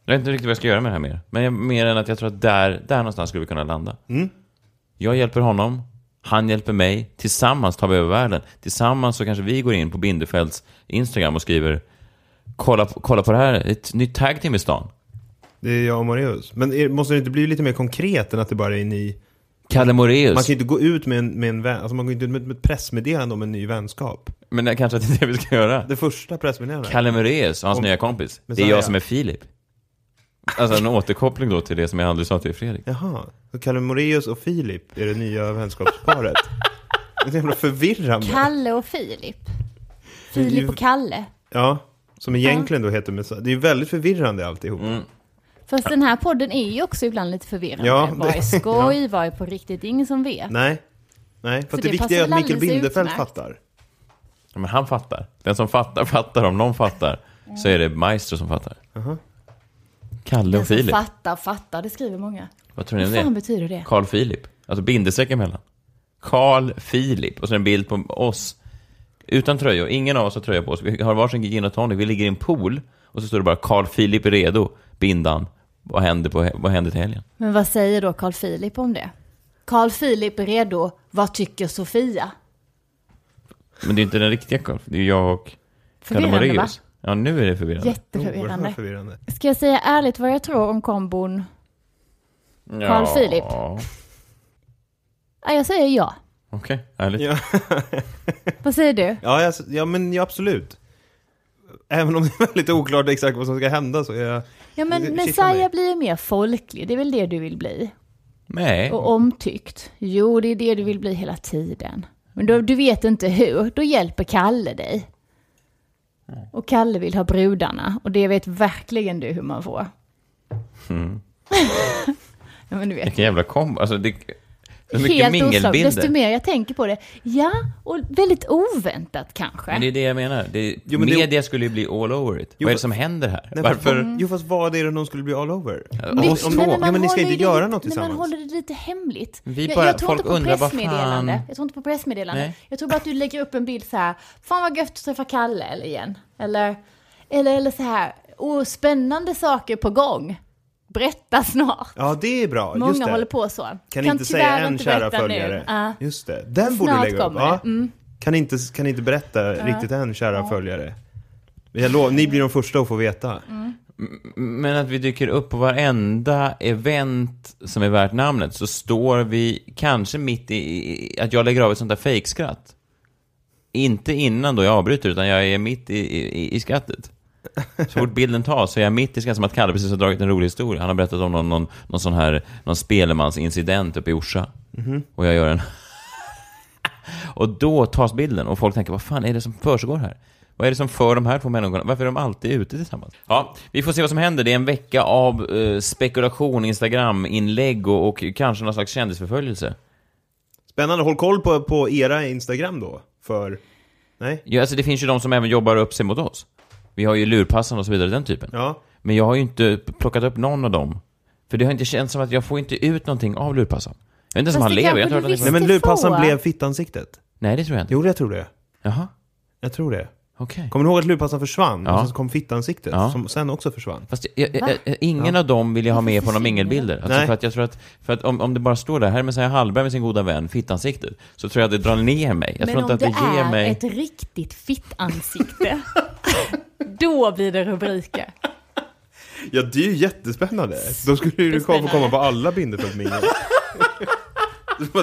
[SPEAKER 3] Jag vet inte riktigt vad jag ska göra med det här mer. Men jag, mer än att jag tror att där, där någonstans skulle vi kunna landa.
[SPEAKER 4] Mm.
[SPEAKER 3] Jag hjälper honom, han hjälper mig. Tillsammans tar vi över världen. Tillsammans så kanske vi går in på Bindefelds Instagram och skriver Kolla, på- kolla på det här, ett nytt tag team i stan.
[SPEAKER 4] det är jag och Moraeus. Men är, måste det inte bli lite mer konkret än att det bara är ni?
[SPEAKER 3] Kalle
[SPEAKER 4] Man
[SPEAKER 3] Moraeus.
[SPEAKER 4] kan ju inte gå ut med en, med en vän, alltså man går ju inte ut med med ett pressmeddelande om en ny vänskap.
[SPEAKER 3] Men det kanske att det är det vi ska göra.
[SPEAKER 4] Det första pressmeddelandet.
[SPEAKER 3] Kalle Moraeus och hans
[SPEAKER 4] Om-
[SPEAKER 3] nya kompis.
[SPEAKER 4] Men
[SPEAKER 3] Det är
[SPEAKER 4] så
[SPEAKER 3] jag
[SPEAKER 4] här-
[SPEAKER 3] som är Filip. Alltså en återkoppling då till det som jag aldrig sa till Fredrik.
[SPEAKER 4] Jaha, så Kalle Moraeus och Filip är det nya vänskapsparet? det är så jävla förvirrande.
[SPEAKER 5] Kalle och Filip. Filip och Kalle.
[SPEAKER 4] ja, som egentligen då heter Messiah. Det är ju väldigt förvirrande alltihop.
[SPEAKER 5] Fast den här podden är ju också ibland lite förvirrande.
[SPEAKER 4] Ja, det-
[SPEAKER 5] Vad är skoj, vad är på riktigt? Det är ingen som vet.
[SPEAKER 4] Nej, nej. För
[SPEAKER 5] Så
[SPEAKER 4] att
[SPEAKER 5] det
[SPEAKER 4] det viktiga är att
[SPEAKER 5] passar väl
[SPEAKER 4] Mikael
[SPEAKER 5] alldeles
[SPEAKER 4] Bindefeld
[SPEAKER 5] utmärkt.
[SPEAKER 4] fattar.
[SPEAKER 3] Ja, Men han fattar. Den som fattar fattar, om någon fattar så är det Maestro som fattar. Kalle
[SPEAKER 5] Den
[SPEAKER 3] och
[SPEAKER 5] som
[SPEAKER 3] Filip.
[SPEAKER 5] fattar, fattar, det skriver många.
[SPEAKER 3] Vad tror ni om
[SPEAKER 5] Vad fan
[SPEAKER 3] det?
[SPEAKER 5] betyder det?
[SPEAKER 3] Carl Philip. Alltså bindestreck emellan. Carl Philip. Och så en bild på oss. Utan tröjor. Ingen av oss har tröja på oss. Vi har varsin gin och tonic. Vi ligger i en pool. Och så står det bara Carl Philip är redo. Bindan. Vad händer, på, vad händer till helgen?
[SPEAKER 5] Men vad säger då Carl Philip om det? Carl Philip är redo. Vad tycker Sofia?
[SPEAKER 3] Men det är inte den riktiga Carl. Det är jag och Kalle
[SPEAKER 5] Förvirrande, va?
[SPEAKER 3] Moraeus. Ja, nu är det förvirrande.
[SPEAKER 5] Jätteförvirrande.
[SPEAKER 4] Oerhört förvirrande.
[SPEAKER 5] Ska jag säga ärligt vad jag tror om kombon? Carl
[SPEAKER 3] ja.
[SPEAKER 5] Philip.
[SPEAKER 3] Okej,
[SPEAKER 5] Ja, jag säger ja.
[SPEAKER 3] ärligt.
[SPEAKER 4] Ja,
[SPEAKER 5] Vad säger du?
[SPEAKER 4] ja, jag, ja men ja, absolut. Även om det är väldigt oklart exakt vad som ska hända så är jag... Det-
[SPEAKER 5] Ja, men
[SPEAKER 4] det kittlar mig.
[SPEAKER 5] Messiah blir ju mer folklig. Det är väl det du vill bli?
[SPEAKER 3] Nej.
[SPEAKER 5] Och omtyckt. Jo, det är det du vill bli hela tiden. Men då, du vet inte hur. Då hjälper Kalle dig. Och Kalle vill ha brudarna. Och det vet verkligen du hur man får. ja, men du vet.
[SPEAKER 3] Vilken jävla kombo. Alltså, det, Det är mycket mingelbilder.
[SPEAKER 5] Desto mer jag tänker på det. Ja, och väldigt oväntat kanske.
[SPEAKER 3] Men det är det jag menar. Det,
[SPEAKER 4] Jo, men det-
[SPEAKER 3] media skulle ju bli all over it.
[SPEAKER 4] Jo,
[SPEAKER 3] Vad är
[SPEAKER 4] men-
[SPEAKER 3] det som händer här?
[SPEAKER 4] Nej,
[SPEAKER 3] Varför?
[SPEAKER 4] Fast, jo fast vad är det de skulle bli all over?
[SPEAKER 3] Men det-
[SPEAKER 4] Oss
[SPEAKER 3] men
[SPEAKER 4] två.
[SPEAKER 3] man
[SPEAKER 4] Ja, men ni ska
[SPEAKER 5] håller
[SPEAKER 4] inte
[SPEAKER 5] det
[SPEAKER 4] göra
[SPEAKER 5] lite-
[SPEAKER 4] något
[SPEAKER 5] Men man
[SPEAKER 4] tillsammans.
[SPEAKER 5] håller det lite hemligt.
[SPEAKER 3] Vi
[SPEAKER 5] jag,
[SPEAKER 3] bara-
[SPEAKER 5] jag tror
[SPEAKER 3] folk
[SPEAKER 5] inte på
[SPEAKER 3] undrar vad
[SPEAKER 5] pressmeddelande.
[SPEAKER 3] fan-
[SPEAKER 5] Jag tror inte på pressmeddelande.
[SPEAKER 3] Nej.
[SPEAKER 5] Jag tror bara att du lägger upp en bild så här. Fan vad gött att träffa Kalle eller igen. Eller, eller, eller så här. Oh, spännande saker på gång. Berätta snart.
[SPEAKER 4] Ja det är bra, just
[SPEAKER 5] Många
[SPEAKER 4] det.
[SPEAKER 5] håller på så.
[SPEAKER 4] Kan, inte säga
[SPEAKER 5] tyvärr
[SPEAKER 4] en
[SPEAKER 5] inte
[SPEAKER 4] kära
[SPEAKER 5] berätta nu.
[SPEAKER 4] följare.
[SPEAKER 5] Ja.
[SPEAKER 4] Just det, den
[SPEAKER 5] Snart
[SPEAKER 4] borde du lägga upp.
[SPEAKER 5] kommer
[SPEAKER 4] Ja.
[SPEAKER 5] det. Mm.
[SPEAKER 4] Kan, inte, kan inte berätta
[SPEAKER 5] Ja.
[SPEAKER 4] riktigt än kära följare. Jag lovar, ni blir de första att få veta.
[SPEAKER 5] Mm.
[SPEAKER 3] Men att vi dyker upp på varenda event som är värt namnet så står vi kanske mitt i, i att jag lägger av ett sånt där fejkskratt. Inte innan då jag avbryter utan jag är mitt i, i, i skrattet. Så fort bilden tas så är jag mitt i skrattet som att Kalle precis har dragit en rolig historia. Han har berättat om någon, någon, någon sån här, någon Spelemansincident uppe i Orsa.
[SPEAKER 4] Mhm.
[SPEAKER 3] Och jag gör en Och då tas bilden och folk tänker, vad fan är det som försiggår här? Vad är det som för de här två människorna? Varför är de alltid ute tillsammans? Ja, vi får se vad som händer. Det är en vecka av eh, spekulation, Instagram-inlägg och, och kanske någon slags kändisförföljelse.
[SPEAKER 4] Spännande, håll koll på, på era Instagram då. För, nej?
[SPEAKER 3] Ja, alltså det finns ju de som även jobbar upp sig mot oss. Vi har ju lurpassarna och så vidare, den typen.
[SPEAKER 4] Ja.
[SPEAKER 3] Men jag har ju inte plockat upp någon av dem. För det har inte känts som att jag får inte ut någonting av lurpassaren. Jag vet inte ens om
[SPEAKER 4] Fast
[SPEAKER 3] han
[SPEAKER 4] det
[SPEAKER 3] lever. Jag
[SPEAKER 4] kanske
[SPEAKER 3] har
[SPEAKER 4] du
[SPEAKER 3] inte hört
[SPEAKER 4] visste Nej,
[SPEAKER 3] någonting
[SPEAKER 4] men
[SPEAKER 3] från-
[SPEAKER 4] lurpassaren få. blev fittansiktet.
[SPEAKER 3] Nej, det tror jag inte.
[SPEAKER 4] Jo, jag tror det.
[SPEAKER 3] Jaha.
[SPEAKER 4] Jag tror det.
[SPEAKER 3] Okej.
[SPEAKER 4] Kommer ni ihåg att lurpassan försvann?
[SPEAKER 3] Ja.
[SPEAKER 4] Och sen kom fittansiktet,
[SPEAKER 3] Ja.
[SPEAKER 4] som sen också försvann.
[SPEAKER 3] Fast jag, jag,
[SPEAKER 4] Va?
[SPEAKER 3] jag, ingen
[SPEAKER 4] Ja.
[SPEAKER 3] av dem vill jag ha
[SPEAKER 4] Varför
[SPEAKER 3] med på några
[SPEAKER 4] försvinner
[SPEAKER 3] mingelbilder.
[SPEAKER 4] de?
[SPEAKER 3] Alltså
[SPEAKER 4] Nej.
[SPEAKER 3] för att jag tror att, för att om, om det bara står där, här är Messiah Hallberg med sin goda vän, fittansiktet, så tror jag att det drar ner mig. Jag
[SPEAKER 5] Men
[SPEAKER 3] tror
[SPEAKER 5] om
[SPEAKER 3] inte att det, ger
[SPEAKER 5] är
[SPEAKER 3] mig...
[SPEAKER 5] ett riktigt fitt ansikte. då blir det rubriker.
[SPEAKER 4] Ja, det är ju jättespännande. Då skulle ju du få komma på alla Bindefeldmingel.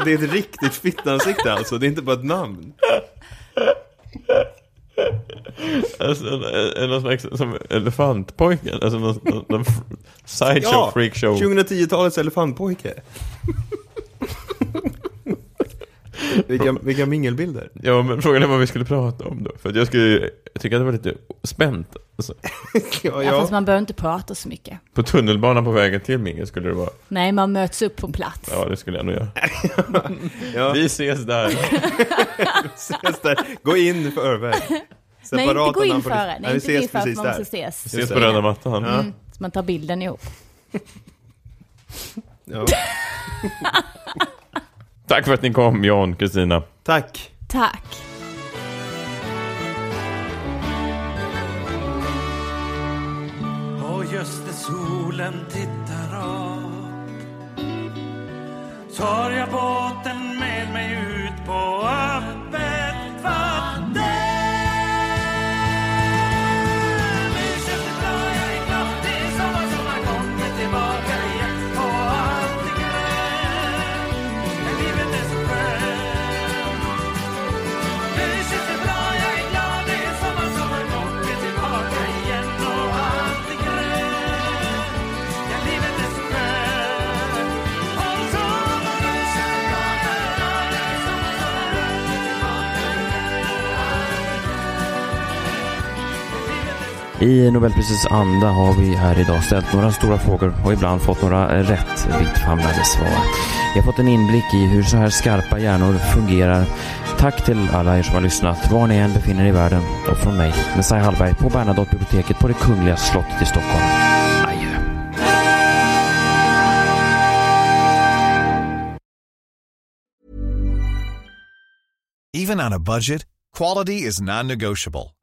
[SPEAKER 4] Det är ett riktigt fittansikte alltså, det är inte bara ett namn.
[SPEAKER 3] Alltså, en- en- någon slags som elefantpojken, alltså någon, någon, någon fr- sideshow,
[SPEAKER 4] Ja,
[SPEAKER 3] freakshow.
[SPEAKER 4] 2010-talets elefantpojke. vilka, vilka mingelbilder.
[SPEAKER 3] Ja, men frågan är vad vi skulle prata om då. För att jag skulle ju- jag tycker att det var lite spänt. Alltså,
[SPEAKER 5] Ja, Fast man behöver inte prata så mycket.
[SPEAKER 3] på tunnelbanan på vägen till mingel skulle det vara,
[SPEAKER 5] Nej, man möts upp på en plats.
[SPEAKER 3] ja det skulle jag nog göra.
[SPEAKER 4] Ja.
[SPEAKER 3] Vi ses där.
[SPEAKER 4] ses där. Gå in i förväg.
[SPEAKER 5] Nej, inte
[SPEAKER 4] Separat
[SPEAKER 5] gå in
[SPEAKER 4] namn på
[SPEAKER 5] före.
[SPEAKER 4] listan.
[SPEAKER 5] Nej,
[SPEAKER 4] vi
[SPEAKER 5] inte gå
[SPEAKER 4] ses
[SPEAKER 5] in
[SPEAKER 4] precis
[SPEAKER 5] före, för man
[SPEAKER 4] där.
[SPEAKER 5] måste ses.
[SPEAKER 3] Ses på röda mattan.
[SPEAKER 4] Ja.
[SPEAKER 5] Mm, så man tar bilden ihop.
[SPEAKER 4] Ja.
[SPEAKER 3] Tack för att ni kom, Jan, Kristina.
[SPEAKER 4] Tack.
[SPEAKER 5] Tack.
[SPEAKER 9] Och just när solen tittar upp Tar jag båten med mig ut på öppet vatten Nu känns det bra, jag är glad Det är sommar som har kommit tillbaka igen Och allt är grönt Men livet är så skönt Nu känns det bra, jag är glad Det är sommar som har kommit tillbaka igen Och allt är grönt Ja, livet är så skönt Och sommaren känns bra, ja, det är sommar som har kommit tillbaka igen Och allt är
[SPEAKER 3] I Nobelprisets anda har vi här idag ställt några stora frågor och ibland fått några eh, rätt vittfamlade svar. Vi har fått en inblick i hur så här skarpa hjärnor fungerar. Tack till alla er som har lyssnat, var ni än befinner er i världen. Och från mig, Messiah Hallberg, på Bernadotte-biblioteket på det Kungliga slottet i Stockholm. Adjö.
[SPEAKER 10] Even on a budget, quality is non-negotiable.